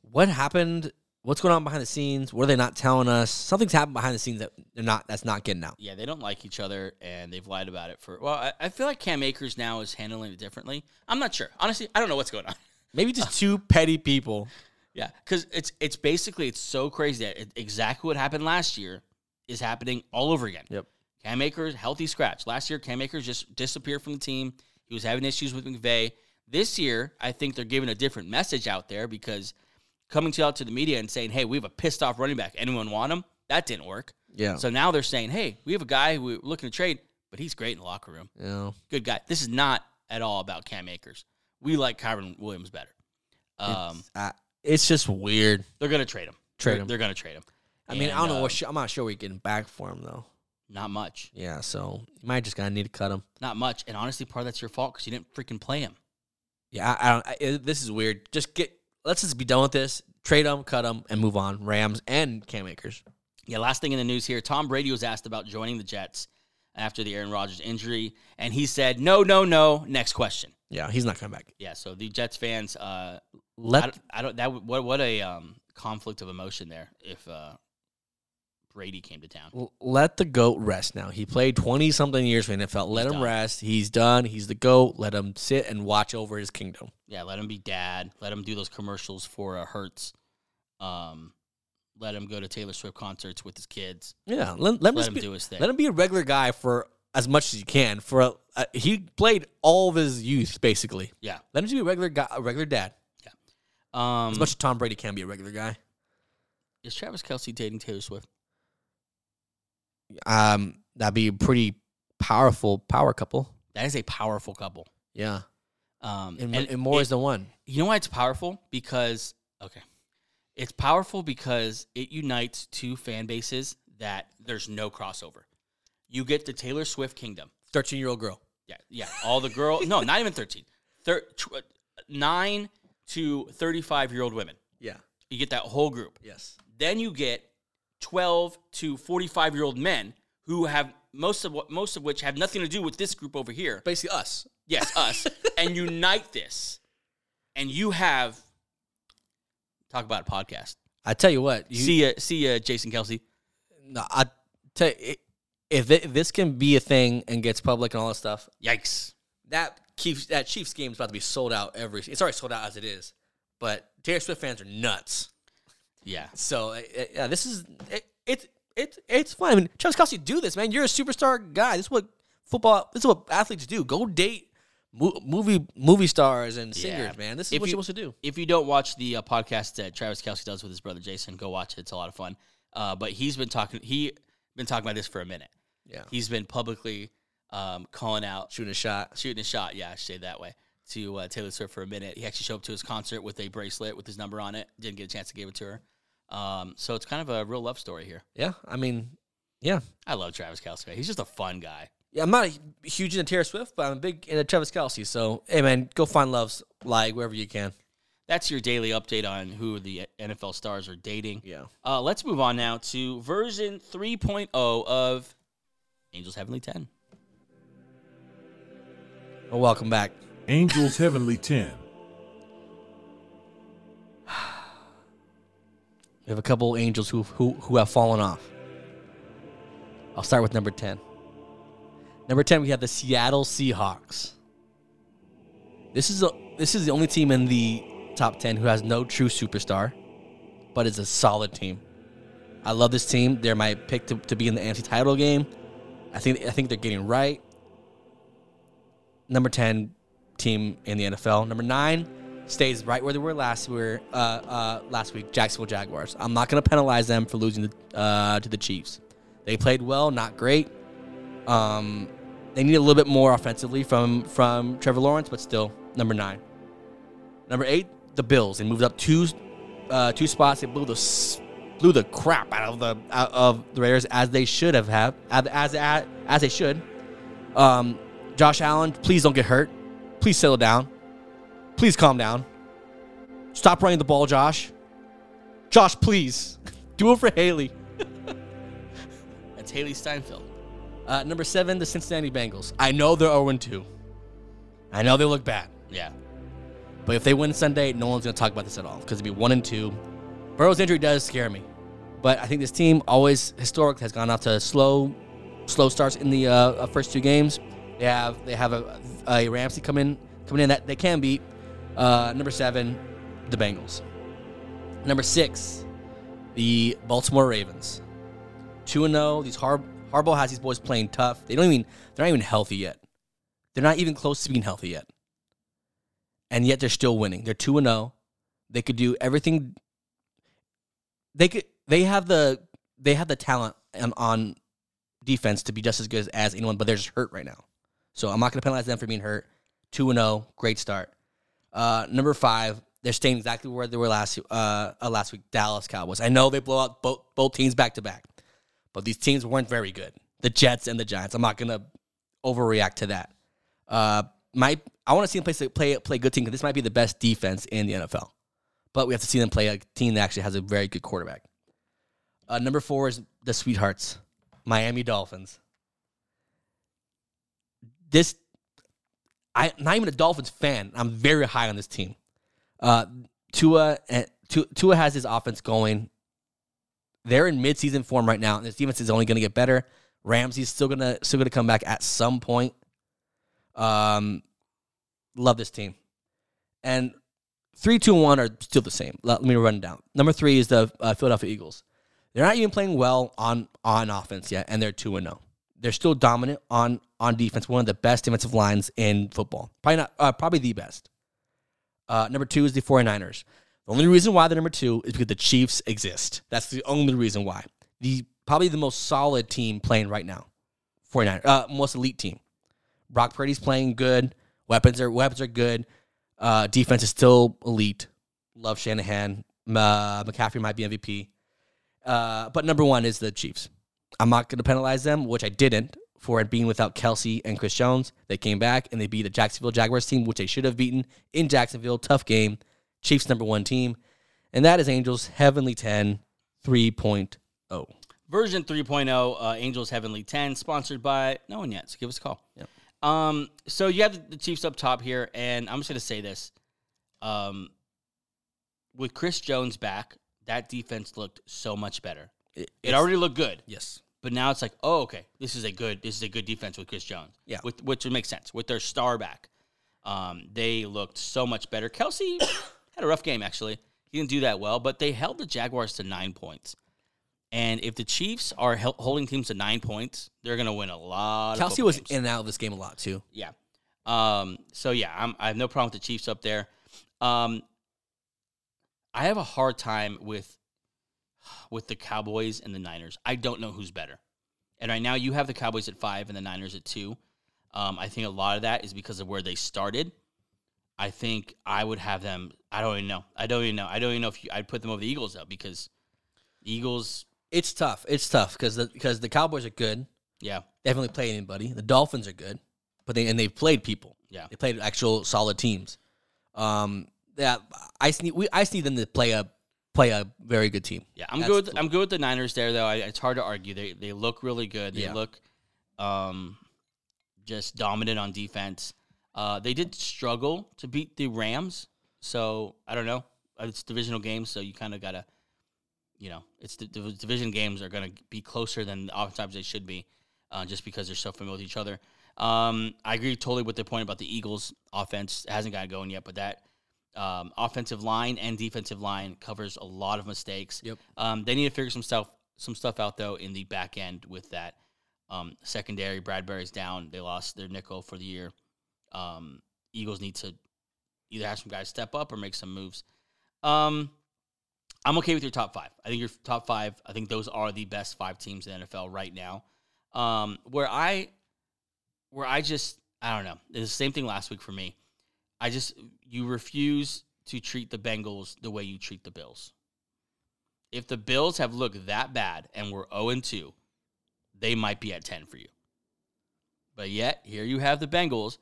What happened? What's going on behind the scenes? What are they not telling us? Something's happened behind the scenes that they're not. That's not getting out.
yeah, they don't like each other, and they've lied about it for. Well, I, I feel like Cam Akers now is handling it differently. I'm not sure, honestly. I don't know what's going on.
Maybe just two petty people.
Yeah, because it's it's basically it's so crazy that it, exactly what happened last year is happening all over again.
Yep.
Cam Akers healthy scratch last year. Cam Akers just disappeared from the team. He was having issues with McVay. This year, I think they're giving a different message out there because coming to out to the media and saying, "Hey, we have a pissed off running back. Anyone want him?" That didn't work.
Yeah.
So now they're saying, "Hey, we have a guy who we're looking to trade, but he's great in the locker room."
yeah.
good guy. This is not at all about Cam Akers. We like Kyron Williams better. Um,
It's, uh, it's just weird.
they're gonna trade him.
Trade
They're-
him.
They're gonna trade him.
I mean,
And,
I don't know
uh,
what. Sh- I'm not sure we're getting back for him though.
Not much.
Yeah. So you might just gonna need to cut him.
Not much. And honestly, part of that's your fault because you didn't freaking play him.
Yeah. I, I don't. I, it- this is weird. Just get. Let's just be done with this. Trade him, cut him, and move on. Rams and Cam Akers.
Yeah. Last thing in the news here, Tom Brady was asked about joining the Jets after the Aaron Rodgers injury, and he said, "No, no, no. Next question."
Yeah, he's not coming back.
Yeah. So the Jets fans, uh, I
Let
don't, I don't. That w- what what a um, conflict of emotion there if uh, Brady came to town.
L- let the goat rest now. He played 20 something years for the NFL.
He's
Let him
done.
rest. He's done. He's the goat. Let him sit and watch over his kingdom.
Yeah, let him be dad. Let him do those commercials for uh, Hertz. Um, let him go to Taylor Swift concerts with his kids.
Yeah, let, let him
Let
just
him
be,
do his thing.
let him be a regular guy for as much as you can. For a, uh, he played all of his youth basically.
Yeah.
Let him just be a regular guy, a regular dad.
Um,
As much as Tom Brady can be a regular guy.
is Travis Kelsey dating Taylor Swift?
Um, that'd be a pretty powerful power couple.
That is a powerful couple.
Yeah,
Um,
and, and, more
it-
is the one.
you know why it's powerful? Because okay, it's powerful because it unites two fan bases that there's no crossover. You get the Taylor Swift kingdom.
13 year old girl.
Yeah, yeah. All the girl, no, not even thirteen. Thir- tw- uh, nine to thirty-five year old women.
Yeah.
You get that whole group.
Yes.
Then you get 12 to 45 year old men who have most of what most of which have nothing to do with this group over here.
Basically us.
Yes, us. and unite this. And you have talk about a podcast.
I tell you what. You,
see ya, see ya, Jason Kelsey.
No, I tell you, if it, this can be a thing and gets public and all that stuff,
Yikes.
that keeps that Chiefs game's about to be sold out every. It's already sold out as it is, but Taylor Swift fans are nuts.
Yeah.
So uh, uh, yeah, this is it, it's it's it's fun. I mean, Travis Kelsey, do this, man. You're a superstar guy. This is what football. This is what athletes do. Go date mo- movie movie stars and singers,
Yeah.
man. This is
If
what
you-
you're supposed to do.
If you don't watch the uh, podcast that Travis Kelsey does with his brother Jason, go watch it. It's a lot of fun. Uh, but he's been talking he been talking about this for a minute.
Yeah,
He's been publicly um, calling out
shooting a shot.
shooting a shot. Yeah, I should say it that way to uh, Taylor Swift for a minute. He actually showed up to his concert with a bracelet with his number on it. Didn't get a chance to give it to her. Um, so it's kind of a real love story here.
Yeah, I mean, yeah.
I love Travis Kelsey. He's just a fun guy.
Yeah, I'm not a huge into Taylor Swift, but I'm a big into Travis Kelsey. So, hey, man, go find loves like wherever you can.
That's your daily update on who the NFL stars are dating.
Yeah.
Uh, let's move on now to version 3.0 of Angels Heavenly 10.
Well, welcome back.
Angels Heavenly 10.
We have a couple angels who who who have fallen off. I'll start with number ten. Number ten, we have the Seattle Seahawks. This is a, this is the only team in the top ten who has no true superstar, but it's a solid team. I love this team. They're my pick to, to be in the AFC title game. I think I think they're getting right. Number ten team in the NFL. Number nine stays right where they were last year. Uh, uh, last week, Jacksonville Jaguars. I'm not going to penalize them for losing to, uh, to the Chiefs. They played well, not great. Um, they need a little bit more offensively from from Trevor Lawrence, but still number nine. Number eight, the Bills. They moved up two uh, two spots. They blew the s- blew the crap out of the out of the Raiders as they should have have as as, as they should. Um, Josh Allen, please don't get hurt. Please settle down. Please calm down. Stop running the ball, Josh. Josh, please do it for Haley.
That's Haley Steinfeld.
Uh, number seven, the Cincinnati Bengals. I know they're 0 2. I know they look bad.
Yeah.
But if they win Sunday, no one's going to talk about this at all because it'd be 1 and 2. Burrow's injury does scare me. But I think this team always historically has gone off to slow slow starts in the uh, uh, first two games. They have they have a, a Ramsey coming coming in that they can beat. Uh, number seven, the Bengals. Number six, the Baltimore Ravens. Two and zero. These Har- Harbaugh has these boys playing tough. They don't even they're not even healthy yet. They're not even close to being healthy yet. And yet they're still winning. They're two and zero. They could do everything. They could. They have the they have the talent on, on defense to be just as good as anyone, but they're just hurt right now. So I'm not going to penalize them for being hurt. Two and zero, great start. Uh, number five, they're staying exactly where they were last uh, uh, last week. Dallas Cowboys. I know they blow out both both teams back to back, but these teams weren't very good. The Jets and the Giants. I'm not going to overreact to that. Uh, my I want to see them play play play a good team 'cause this might be the best defense in the NFL. But we have to see them play a team that actually has a very good quarterback. Uh, number four is the sweethearts, Miami Dolphins. This, I not even a Dolphins fan. I'm very high on this team. Uh, Tua and Tu- Tua has his offense going. They're in midseason form right now, and this defense is only going to get better. Ramsey's still gonna still gonna come back at some point. Um, love this team, and three, two, and one are still the same. Let, let me run it down. Number three is the uh, Philadelphia Eagles. They're not even playing well on on offense yet, and they're two and zero. They're still dominant on on defense. One of the best defensive lines in football. Probably not. Uh, probably the best. Uh, number two is the 49ers. The only reason why they're number two is because the Chiefs exist. That's the only reason why. The probably the most solid team playing right now. 49 uh most elite team. Brock Purdy's playing good. Weapons are weapons are good. Uh, defense is still elite. Love Shanahan. M- Uh, McCaffrey might be MVP. Uh, but number one is the Chiefs. I'm not going to penalize them, which I didn't for it being without Kelsey and Chris Jones. They came back and they beat a Jacksonville Jaguars team, which they should have beaten in Jacksonville. Tough game. Chiefs number one team, and that is Angels Heavenly 10 3.0.
Version 3.0, uh, Angels Heavenly 10, sponsored by no one yet. So give us a call.
Yep.
Um, so you have the- the Chiefs up top here, and I'm just going to say this. Um, with Chris Jones back, that defense looked so much better. It already looked good,
yes,
but now it's like, oh, okay, this is a good, this is a good defense with Chris Jones.
Yeah.
with, which would make sense with their star back. Um, they looked so much better. Kelsey had a rough game actually. He didn't do that well, but they held the Jaguars to nine points. And if the Chiefs are hel- holding teams to nine points, they're going to win a lot. of
Kelsey
football
was
games.
in and out of this game a lot too.
Yeah. Um, so yeah, I'm, I have no problem with the Chiefs up there. Um, I have a hard time with with the Cowboys and the Niners. I don't know who's better. And right now, you have the Cowboys at five and the Niners at two. Um, I think a lot of that is because of where they started. I think I would have them. I don't even know. I don't even know. I don't even know if you, I'd put them over the Eagles though, because the Eagles.
It's tough. It's tough because the, because the Cowboys are good.
Yeah,
They haven't really played anybody. The Dolphins are good, but they and they've played people.
yeah.
They played actual solid teams. Um, yeah, I just need we I just need them to play a play a very good team.
Yeah, I'm
That's
good. With,
the-
I'm good with the Niners there, though. I, it's hard to argue. They they look really good. They
Yeah.
look, um, just dominant on defense. Uh, they did struggle to beat the Rams, so I don't know. Uh, It's divisional games, so you kind of gotta, you know, it's the, the division games are gonna be closer than oftentimes they should be, uh, just because they're so familiar with each other. Um, I agree totally with the point about the Eagles' offense It hasn't got going yet, but that um, offensive line and defensive line covers a lot of mistakes.
Yep.
Um, they need to figure some stuff some stuff out though in the back end with that um, secondary. Bradbury's down. They lost their nickel for the year. Um, Eagles need to either have some guys step up or make some moves. Um, I'm okay with your top five. I think your top five. I think those are the best five teams in the NFL right now. Um, where I, where I just, I don't know. It's the same thing last week for me. I just you refuse to treat the Bengals the way you treat the Bills. If the Bills have looked that bad and were 0 and 2, they might be at 10 for you. But yet, here you have the Bengals.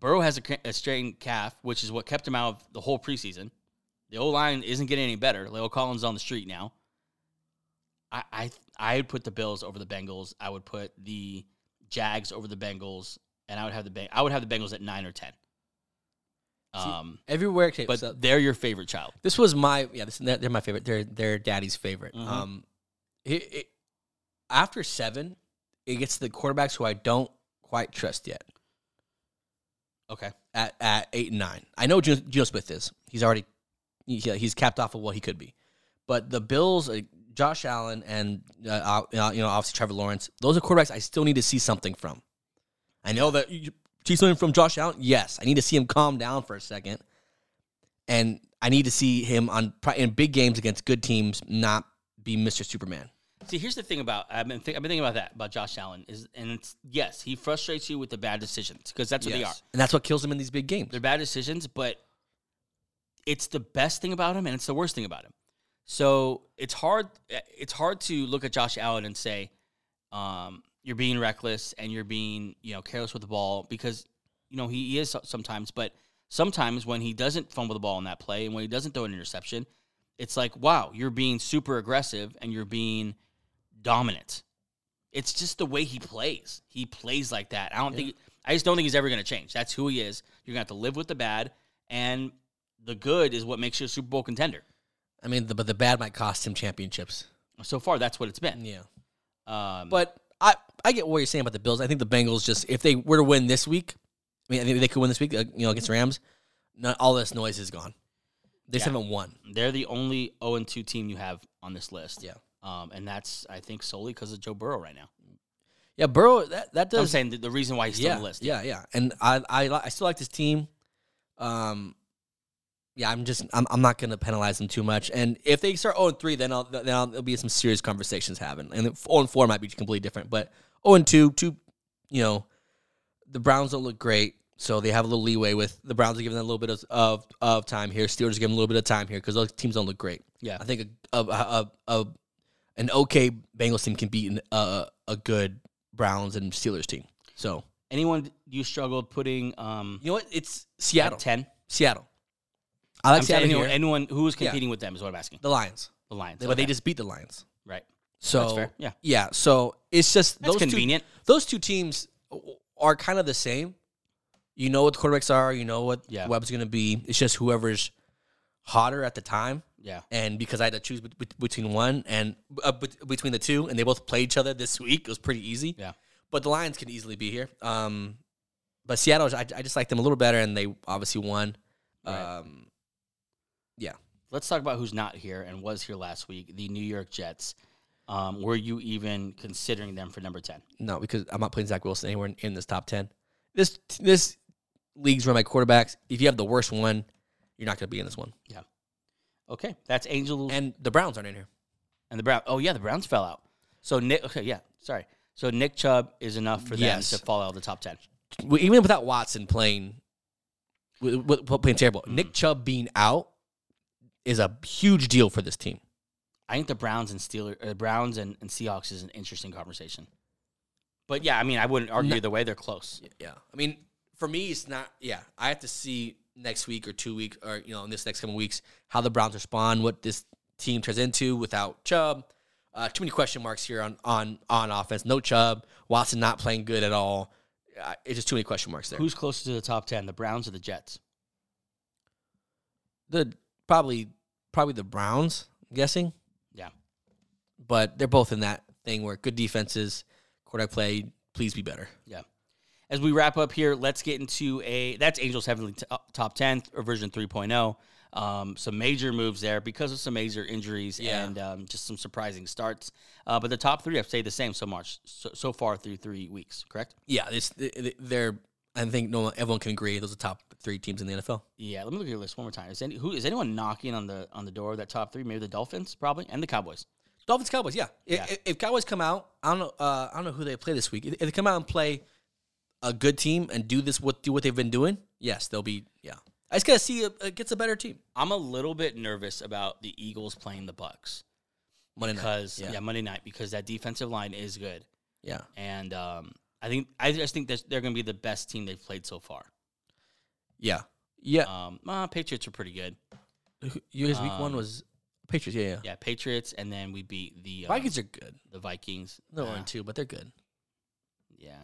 Burrow has a, ca- a strained calf, which is what kept him out of the whole preseason. The O line isn't getting any better. Leo Collins is on the street now. I, I I would put the Bills over the Bengals. I would put the Jags over the Bengals, and I would have the Beng- I would have the Bengals at nine or ten. Um,
Everywhere, okay,
but
so
they're your favorite child.
this was my yeah. This, they're my favorite. They're they're daddy's favorite.
Mhm.
Um, it, it, after seven, it gets to the quarterbacks who I don't quite trust yet.
Okay.
at, at eight and nine. I know Geno, Geno Smith is. He's already he, he's capped off of what he could be. But the Bills, uh, Josh Allen, and uh, uh, you know, you know, obviously Trevor Lawrence, those are quarterbacks I still need to see something from. I know that you see something from Josh Allen. Yes, I need to see him calm down for a second, and I need to see him on pri- in big games against good teams not be Mister Superman.
See, here's the thing about I've been, thi- I've been thinking about that about Josh Allen is, and it's yes, he frustrates you with the bad decisions because that's what they are.
and that's what kills him in these big games.
They're bad decisions, but it's the best thing about him and it's the worst thing about him. So it's hard. It's hard to look at Josh Allen and say um, you're being reckless and you're being you know careless with the ball because you know he, he is so- sometimes. But sometimes when he doesn't fumble the ball in that play and when he doesn't throw an interception, it's like wow, you're being super aggressive and you're being dominant. It's just the way he plays. He plays like that. I don't think I just don't think he's ever going to change. That's who he is. You're going to have to live with the bad and the good is what makes you a Super Bowl contender.
I mean, the, but the bad might cost him championships.
So far, that's what it's been.
Yeah.
Um,
But I I get what you're saying about the Bills. I think the Bengals just if they were to win this week, I mean, I think they could win this week. uh, You know, against the Rams, not all this noise is gone. They just
Yeah.
haven't won.
they're the only 0 and 2 team you have on this list.
Yeah.
Um, and that's, I think, solely because of Joe Burrow right now.
Yeah, Burrow. That that
I'm
does.
saying the, the reason why he's still
yeah,
on the list.
yeah, yeah. And I I li- I still like this team. Um, yeah, I'm just I'm, I'm not gonna penalize them too much. And if they start 0 3, then I'll then I'll, there'll be some serious conversations having. And 0 4 might be completely different. But 0 2, two, you know, the Browns don't look great, so they have a little leeway with the Browns are giving them a little bit of of, of time here. Steelers are giving them a little bit of time here because those teams don't look great.
Yeah.
I think a, a, a, a, a- an okay Bengals team can beat an, a a good Browns and Steelers team. So
Anyone you struggled putting um,
you know what? It's
at
Seattle.
10?
Seattle. I like
I'm saying
Seattle
anyone,
here.
anyone who was competing with them is what I'm asking.
the Lions,
The Lions.
but they
Okay.
just beat the Lions.
Right.
So
That's fair. Yeah.
yeah. So it's just
That's
those two
convenient.
those two teams are kind of the same. You know what the quarterbacks are. You know what
Yeah.
Webb's going to be. It's just whoever's hotter at the time.
Yeah.
And because I had to choose bet- bet- between one and uh, bet- between the two, and they both play each other this week, it was pretty easy.
Yeah.
But the Lions can easily be here. Um, but Seattle, I, I just like them a little better, and they obviously won.
Right.
Um,
Let's talk about who's not here and was here last week the New York Jets. Um, were you even considering them for number 10?
No, because I'm not putting Zach Wilson anywhere in, in this top ten. This this league's run by quarterbacks. If you have the worst one, you're not going to be in this one.
Okay. That's Angels
And the Browns aren't in here.
And the Brown. Oh yeah, the Browns fell out. So Nick. Okay, yeah. Sorry. So Nick Chubb is enough for them
Yes.
to fall out of the top ten.
We- Even without Watson playing, wi- wi- wi- playing terrible,
Mm-hmm.
Nick Chubb being out is a huge deal for this team.
I think the Browns and Steelers, uh, Browns and, and Seahawks is an interesting conversation. But yeah, I mean, I wouldn't argue
No.
either way. They're close.
Yeah, I mean, for me, it's not. Yeah, I have to see next week or two weeks or you know in this next coming weeks how the Browns respond, what this team turns into without Chubb. Uh, too many question marks here on on on offense. No Chubb, Watson not playing good at all. Uh, it's just too many question marks there.
Who's closer to the top ten? The Browns or the Jets?
the probably probably the Browns? I'm guessing.
Yeah.
but they're both in that thing where good defenses, quarterback play, please be better.
as we wrap up here, let's get into a that's Angels Heavenly t- uh, Top 10 or version 3.0. Um, some major moves there because of some major injuries
Yeah.
and um, just some surprising starts. Uh, but the top three have stayed the same so much so, so far through three weeks, correct?
Yeah, this they're. I think no one, everyone can agree those are the top three teams in the NFL.
Yeah, let me look at your list one more time. Is any who is anyone knocking on the on the door of that top three? Maybe the Dolphins, probably, and the Cowboys.
Dolphins, Cowboys, yeah. I-
Yeah.
i- If Cowboys come out, I don't know. Uh, I don't know who they play this week. If if they come out and play a good team and do this, what do what they've been doing? Yes, they'll be. Yeah, I just gotta see. uh, It gets a better team
I'm a little bit nervous about the Eagles playing the Bucks
Monday
because
night.
yeah. Monday night because that defensive line is good,
yeah, yeah.
and um, I think I just think that they're going to be the best team they've played so far.
Yeah. Yeah.
Um, uh, Patriots are pretty good.
you guys week one
um,
was Patriots. Yeah, Uh, yeah.
Yeah, Patriots, and then we beat the um,
Vikings are good.
the Vikings.
No
Uh,
one two, but they're good.
yeah,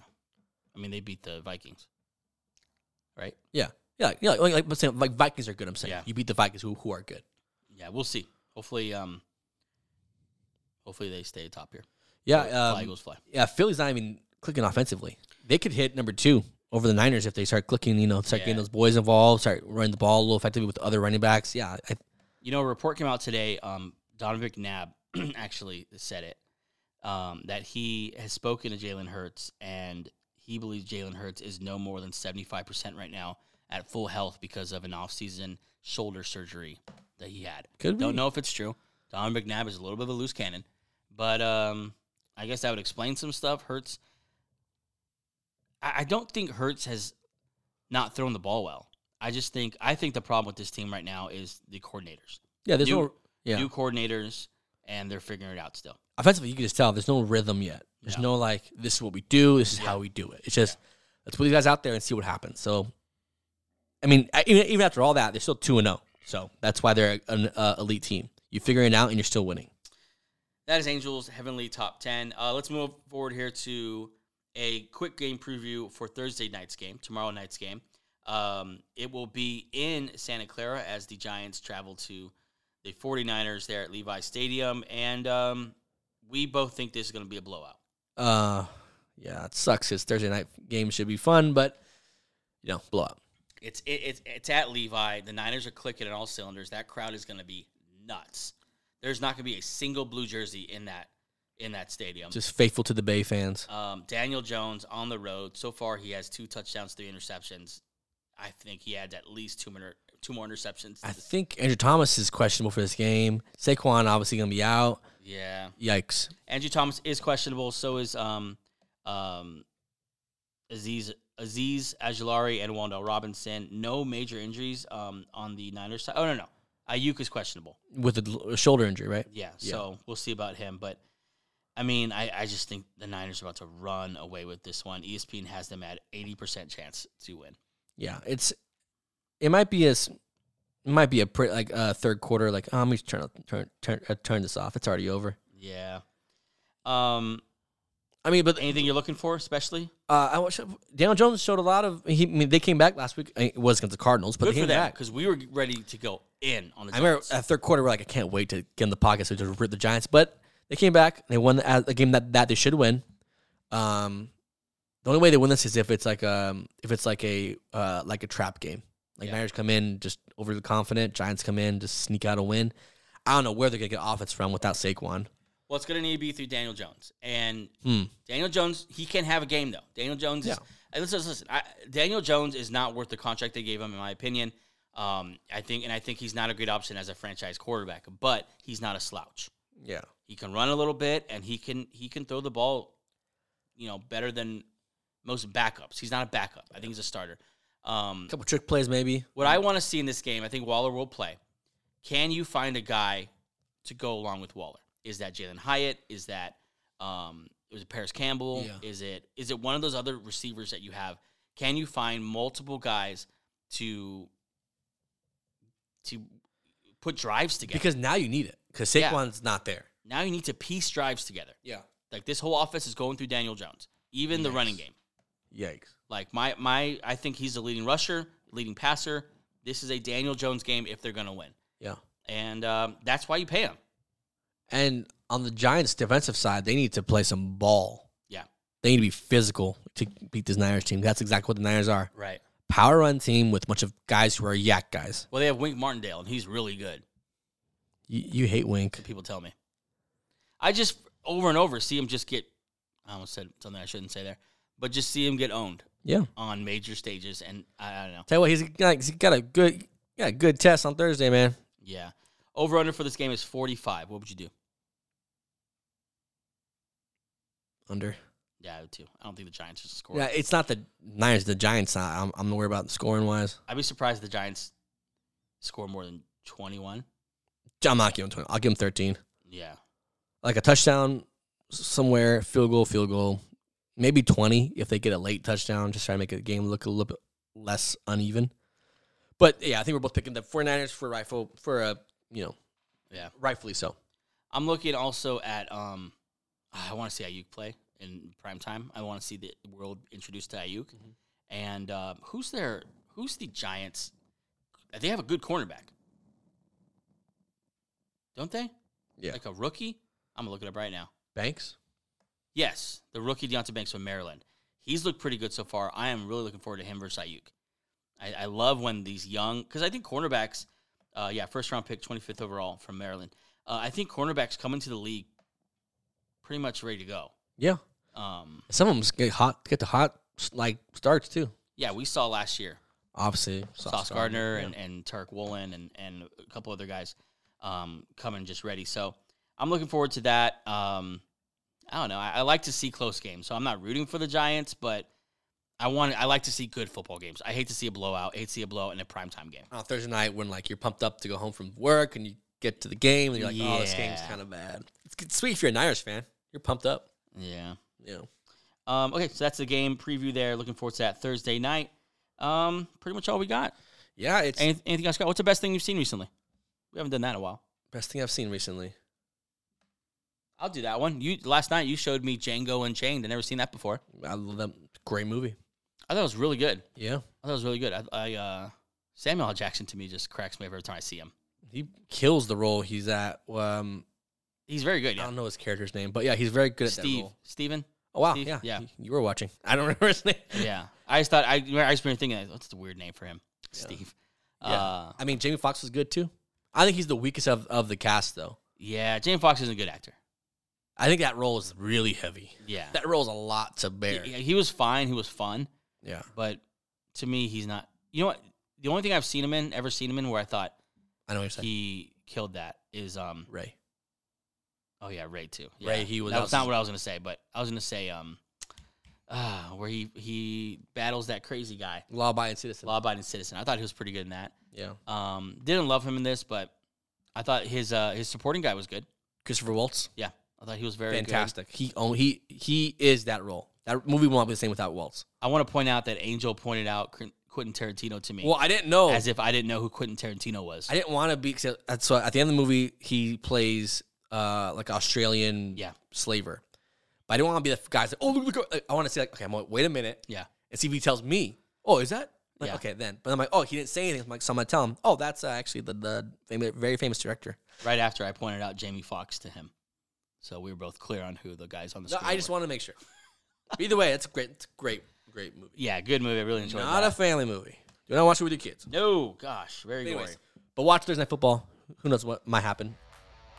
I mean they beat the Vikings, right?
Yeah. Yeah. Yeah. Like, like, I'm saying, like Vikings are good. I'm saying
Yeah.
you beat the Vikings who, who are good.
Yeah, we'll see. Hopefully, um, hopefully they stay atop here.
Yeah.
fly
Um,
Eagles fly.
yeah. Philly's not even clicking offensively. They could hit number two over the Niners if they start clicking, you know, start
Yeah.
getting those boys involved, start running the ball a little effectively with other running backs. Yeah. I,
You know, a report came out today. Um, Donovan McNabb actually said it um, that he has spoken to Jalen Hurts and he believes Jalen Hurts is no more than 75% right now at full health because of an offseason shoulder surgery that he had.
could
Don't know if it's true. Donovan McNabb is a little bit of a loose cannon, but um, I guess that would explain some stuff. Hurts, I, I don't think Hurts has not thrown the ball well. I just think I think the problem with this team right now is the coordinators,
Yeah. There's
New-
no, yeah.
new coordinators, and they're figuring it out still.
offensively, you can just tell there's no rhythm yet. There's
No.
no like, this is what we do. This is
Yeah.
how we do it. It's just let's put these guys out there and see what happens. So, I mean, I- even, even after all that, they're still two and zero. So that's why they're an uh, elite team. You figure it out and you're still winning.
That is Angels Heavenly Top 10. Uh, let's move forward here to a quick game preview for Thursday night's game, tomorrow night's game. Um, it will be in Santa Clara as the Giants travel to the 49ers there at Levi Stadium. And um, we both think this is going to be a blowout.
Uh, yeah, it sucks. It's Thursday night game should be fun, but you know, blowout.
It's, it, it's, it's at Levi. The Niners are clicking on all cylinders. That crowd is going to be nuts. There's not going to be a single blue jersey in that in that stadium.
Just faithful to the Bay fans.
Um, Daniel Jones on the road. So far, he has two touchdowns, three interceptions. I think he had at least two more, two more interceptions.
I think Andrew Thomas is questionable for this game. Saquon obviously gonna be out.
yeah,
Yikes.
Andrew Thomas is questionable. So is um, um, Aziz Aziz Ajulari and Wandell Robinson. No major injuries um, on the Niners side. Oh no no, Ayuk is questionable.
With a, l- a shoulder injury, right?
Yeah,
Yeah.
so we'll see about him. But I mean, I, I just think the Niners are about to run away with this one. E ESPN has them at eighty percent chance to win.
Yeah, it's it might be as it might be a pretty like uh, third quarter like oh, let me just turn turn turn uh, turn this off. It's already over.
Yeah. Um,
I mean, but uh,
anything you're looking for, especially
I watched Daniel Jones showed a lot of. He, I mean, they came back last week. I mean, It was against the Cardinals, but
good
they
for
came
them
back.
because we were ready to go in on the.
I remember uh,
Giants.
at third quarter, we're like, I can't wait to get in the pocket so to rip the Giants. But they came back. They won the, uh, the game that, that they should win. Um, the only way they win this is if it's like um if it's like a uh like a trap game. Like
Yeah.
Niners come in just overly confident. Giants come in just sneak out a win. I don't know where they're gonna get offense from without Saquon.
well, it's going to need to be through Daniel Jones, and
Hmm.
Daniel Jones he can have a game though. Daniel Jones is.
Yeah.
Hey, Listen, listen. listen, I, Daniel Jones is not worth the contract they gave him, in my opinion. Um, I think, and I think he's not a great option as a franchise quarterback, but he's not a slouch.
Yeah.
He can run a little bit, and he can he can throw the ball, you know, better than most backups. He's not a backup. I think he's a starter. Um,
A couple trick plays maybe.
What I want to see in this game, I think Waller will play. Can you find a guy to go along with Waller? Is that Jalen Hyatt? Is that um, was it Paris Campbell?
Yeah.
Is it is it one of those other receivers that you have? Can you find multiple guys to to put drives together?
Because now you need it. Because
Yeah.
Saquon's not there.
now you need to piece drives together.
Yeah.
Like this whole offense is going through Daniel Jones, even the
Yes.
running game.
Yikes.
Like my my, I think he's the leading rusher, leading passer. This is a Daniel Jones game if they're going to win.
Yeah.
and um, that's why you pay him.
And on the Giants defensive side, they need to play some ball.
Yeah.
They need to be physical to beat this Niners team. That's exactly what the Niners are.
Right.
Power run team with a bunch of guys who are yak guys.
Well, they have Wink Martindale, and he's really good.
You, you hate Wink.
People tell me. I just over and over see him just get. I almost said something I shouldn't say there, but just see him get owned
Yeah.
on major stages, and I, I don't know.
Tell you what, he's got, he's got a good got a good test on Thursday, man.
Yeah. Over under for this game is forty five. What would you do?
Under.
Yeah, I would too. I don't think the Giants are score.
Yeah, it's not the Niners, the Giants. Not, I'm I'm worried about scoring wise.
I'd be surprised if the Giants score more than twenty one.
I'm not giving him 20. I'll give him 13.
Yeah.
Like a touchdown somewhere, field goal, field goal, maybe 20 if they get a late touchdown, just try to make the game look a little bit less uneven. But yeah, I think we're both picking the 49ers for rifle for a you know
Yeah.
rightfully so.
I'm looking also at um, I want to see Ayuk play in prime time. I want to see the world introduced to Ayuk, and uh, who's their who's the Giants? They have a good cornerback, don't they?
Yeah.
like a rookie. I'm gonna look it up right now.
Banks.
Yes, the rookie Deontay Banks from Maryland. He's looked pretty good so far. I am really looking forward to him versus Ayuk. I, I love when these young, because I think cornerbacks, uh, yeah, first round pick, 25th overall from Maryland. Uh, I think cornerbacks come into the league pretty much ready to go.
Yeah,
Um,
some of them get hot, get the hot like starts too.
yeah, we saw last year
Obviously,
Sauce Gardner and, and Tarek Woolen and, and a couple other guys um, coming just ready. So I'm looking forward to that. Um, I don't know. I, I like to see close games, so I'm not rooting for the Giants, but I want. I like to see good football games. I hate to see a blowout. I hate to see a blowout in a primetime game.
on a Thursday night when like you're pumped up to go home from work and you get to the game and you're like, oh, this game's
Yeah.
kind of bad. It's, it's sweet if you're a Niners fan. You're pumped up.
Yeah.
You know,
Um, okay, so that's the game preview there. Looking forward to that Thursday night. Um, pretty much all we got.
yeah, it's
Anyth- Anything else, Scott? What's the best thing you've seen recently? We haven't done that in a while.
best thing I've seen recently.
I'll do that one. You last night you showed me Django Unchained. I never seen that before.
I love that great movie.
I thought it was really good.
Yeah,
I thought it was really good. I, I uh, Samuel L. Jackson to me just cracks me every time I see him.
he kills the role he's at. Um,
He's very good.
I
Yeah.
don't know his character's name, but yeah, he's very good at that
Steve,
role.
Steven.
Oh wow,
Steve?
yeah,
Yeah.
You, you were watching. I don't remember his name.
Yeah. I just thought I, I just remember thinking, what's the weird name for him? Steve. Yeah. Uh,
I mean, Jamie Foxx was good too. I think he's the weakest of, of the cast though.
yeah. Jamie Foxx is a good actor.
I think that role is really heavy.
Yeah.
That role's a lot to
He,
bear.
he was fine. He was fun,
yeah.
but to me, he's not. You know what? The only thing I've seen him in, ever seen him in, where I thought
I know what you're saying.
he killed that is, um,
Ray.
oh yeah, Ray too. Yeah.
Ray, he was-
That was not what I was gonna say, but I was gonna say, um, uh, where he he battles that crazy guy.
Law abiding citizen.
law abiding citizen. I thought he was pretty good in that.
Yeah.
Um, didn't love him in this, but I thought his uh, his supporting guy was good.
Christopher Waltz.
Yeah, I thought he was very Good.
Fantastic. He own, he he is that role. That movie won't be the same without Waltz.
I want to point out that Angel pointed out Qu- Quentin Tarantino to me
Well, I didn't know.
as if I didn't know who Quentin Tarantino was.
I didn't want to be. Except, so at the end of the movie, he plays uh like Australian
Yeah.
slaver. But I didn't want to be the f- guys. Like, oh look, look, look. I want to see like okay, I'm like, wait a minute
yeah,
and see if he tells me. Oh, is that? Like,
Yeah.
Okay, then. But I'm like, oh, he didn't say anything. I'm like, so I'm gonna tell him. Oh, that's uh, actually the the fam- very famous director.
right after I pointed out Jamie Foxx to him, so we were both clear on who the guys on the.
No,
screen
I just
were.
want to make sure. Either way, it's a great, it's a great, great movie.
Yeah, good movie. I really enjoyed
Not
that.
a family movie. Do not watch it with your kids.
no, gosh, very
Anyways,
gory.
but watch Thursday Night Football. Who knows what might happen?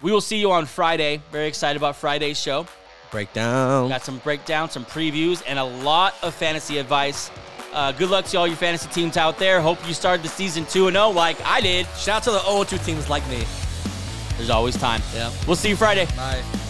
We will see you on Friday. Very excited about Friday's show.
Breakdown.
Got some breakdowns, some previews, and a lot of fantasy advice. Uh, good luck to all your fantasy teams out there. Hope you started the season 2 0 like I did.
Shout out to the 0-2 teams like me.
There's always time.
Yeah.
We'll see you Friday.
Bye.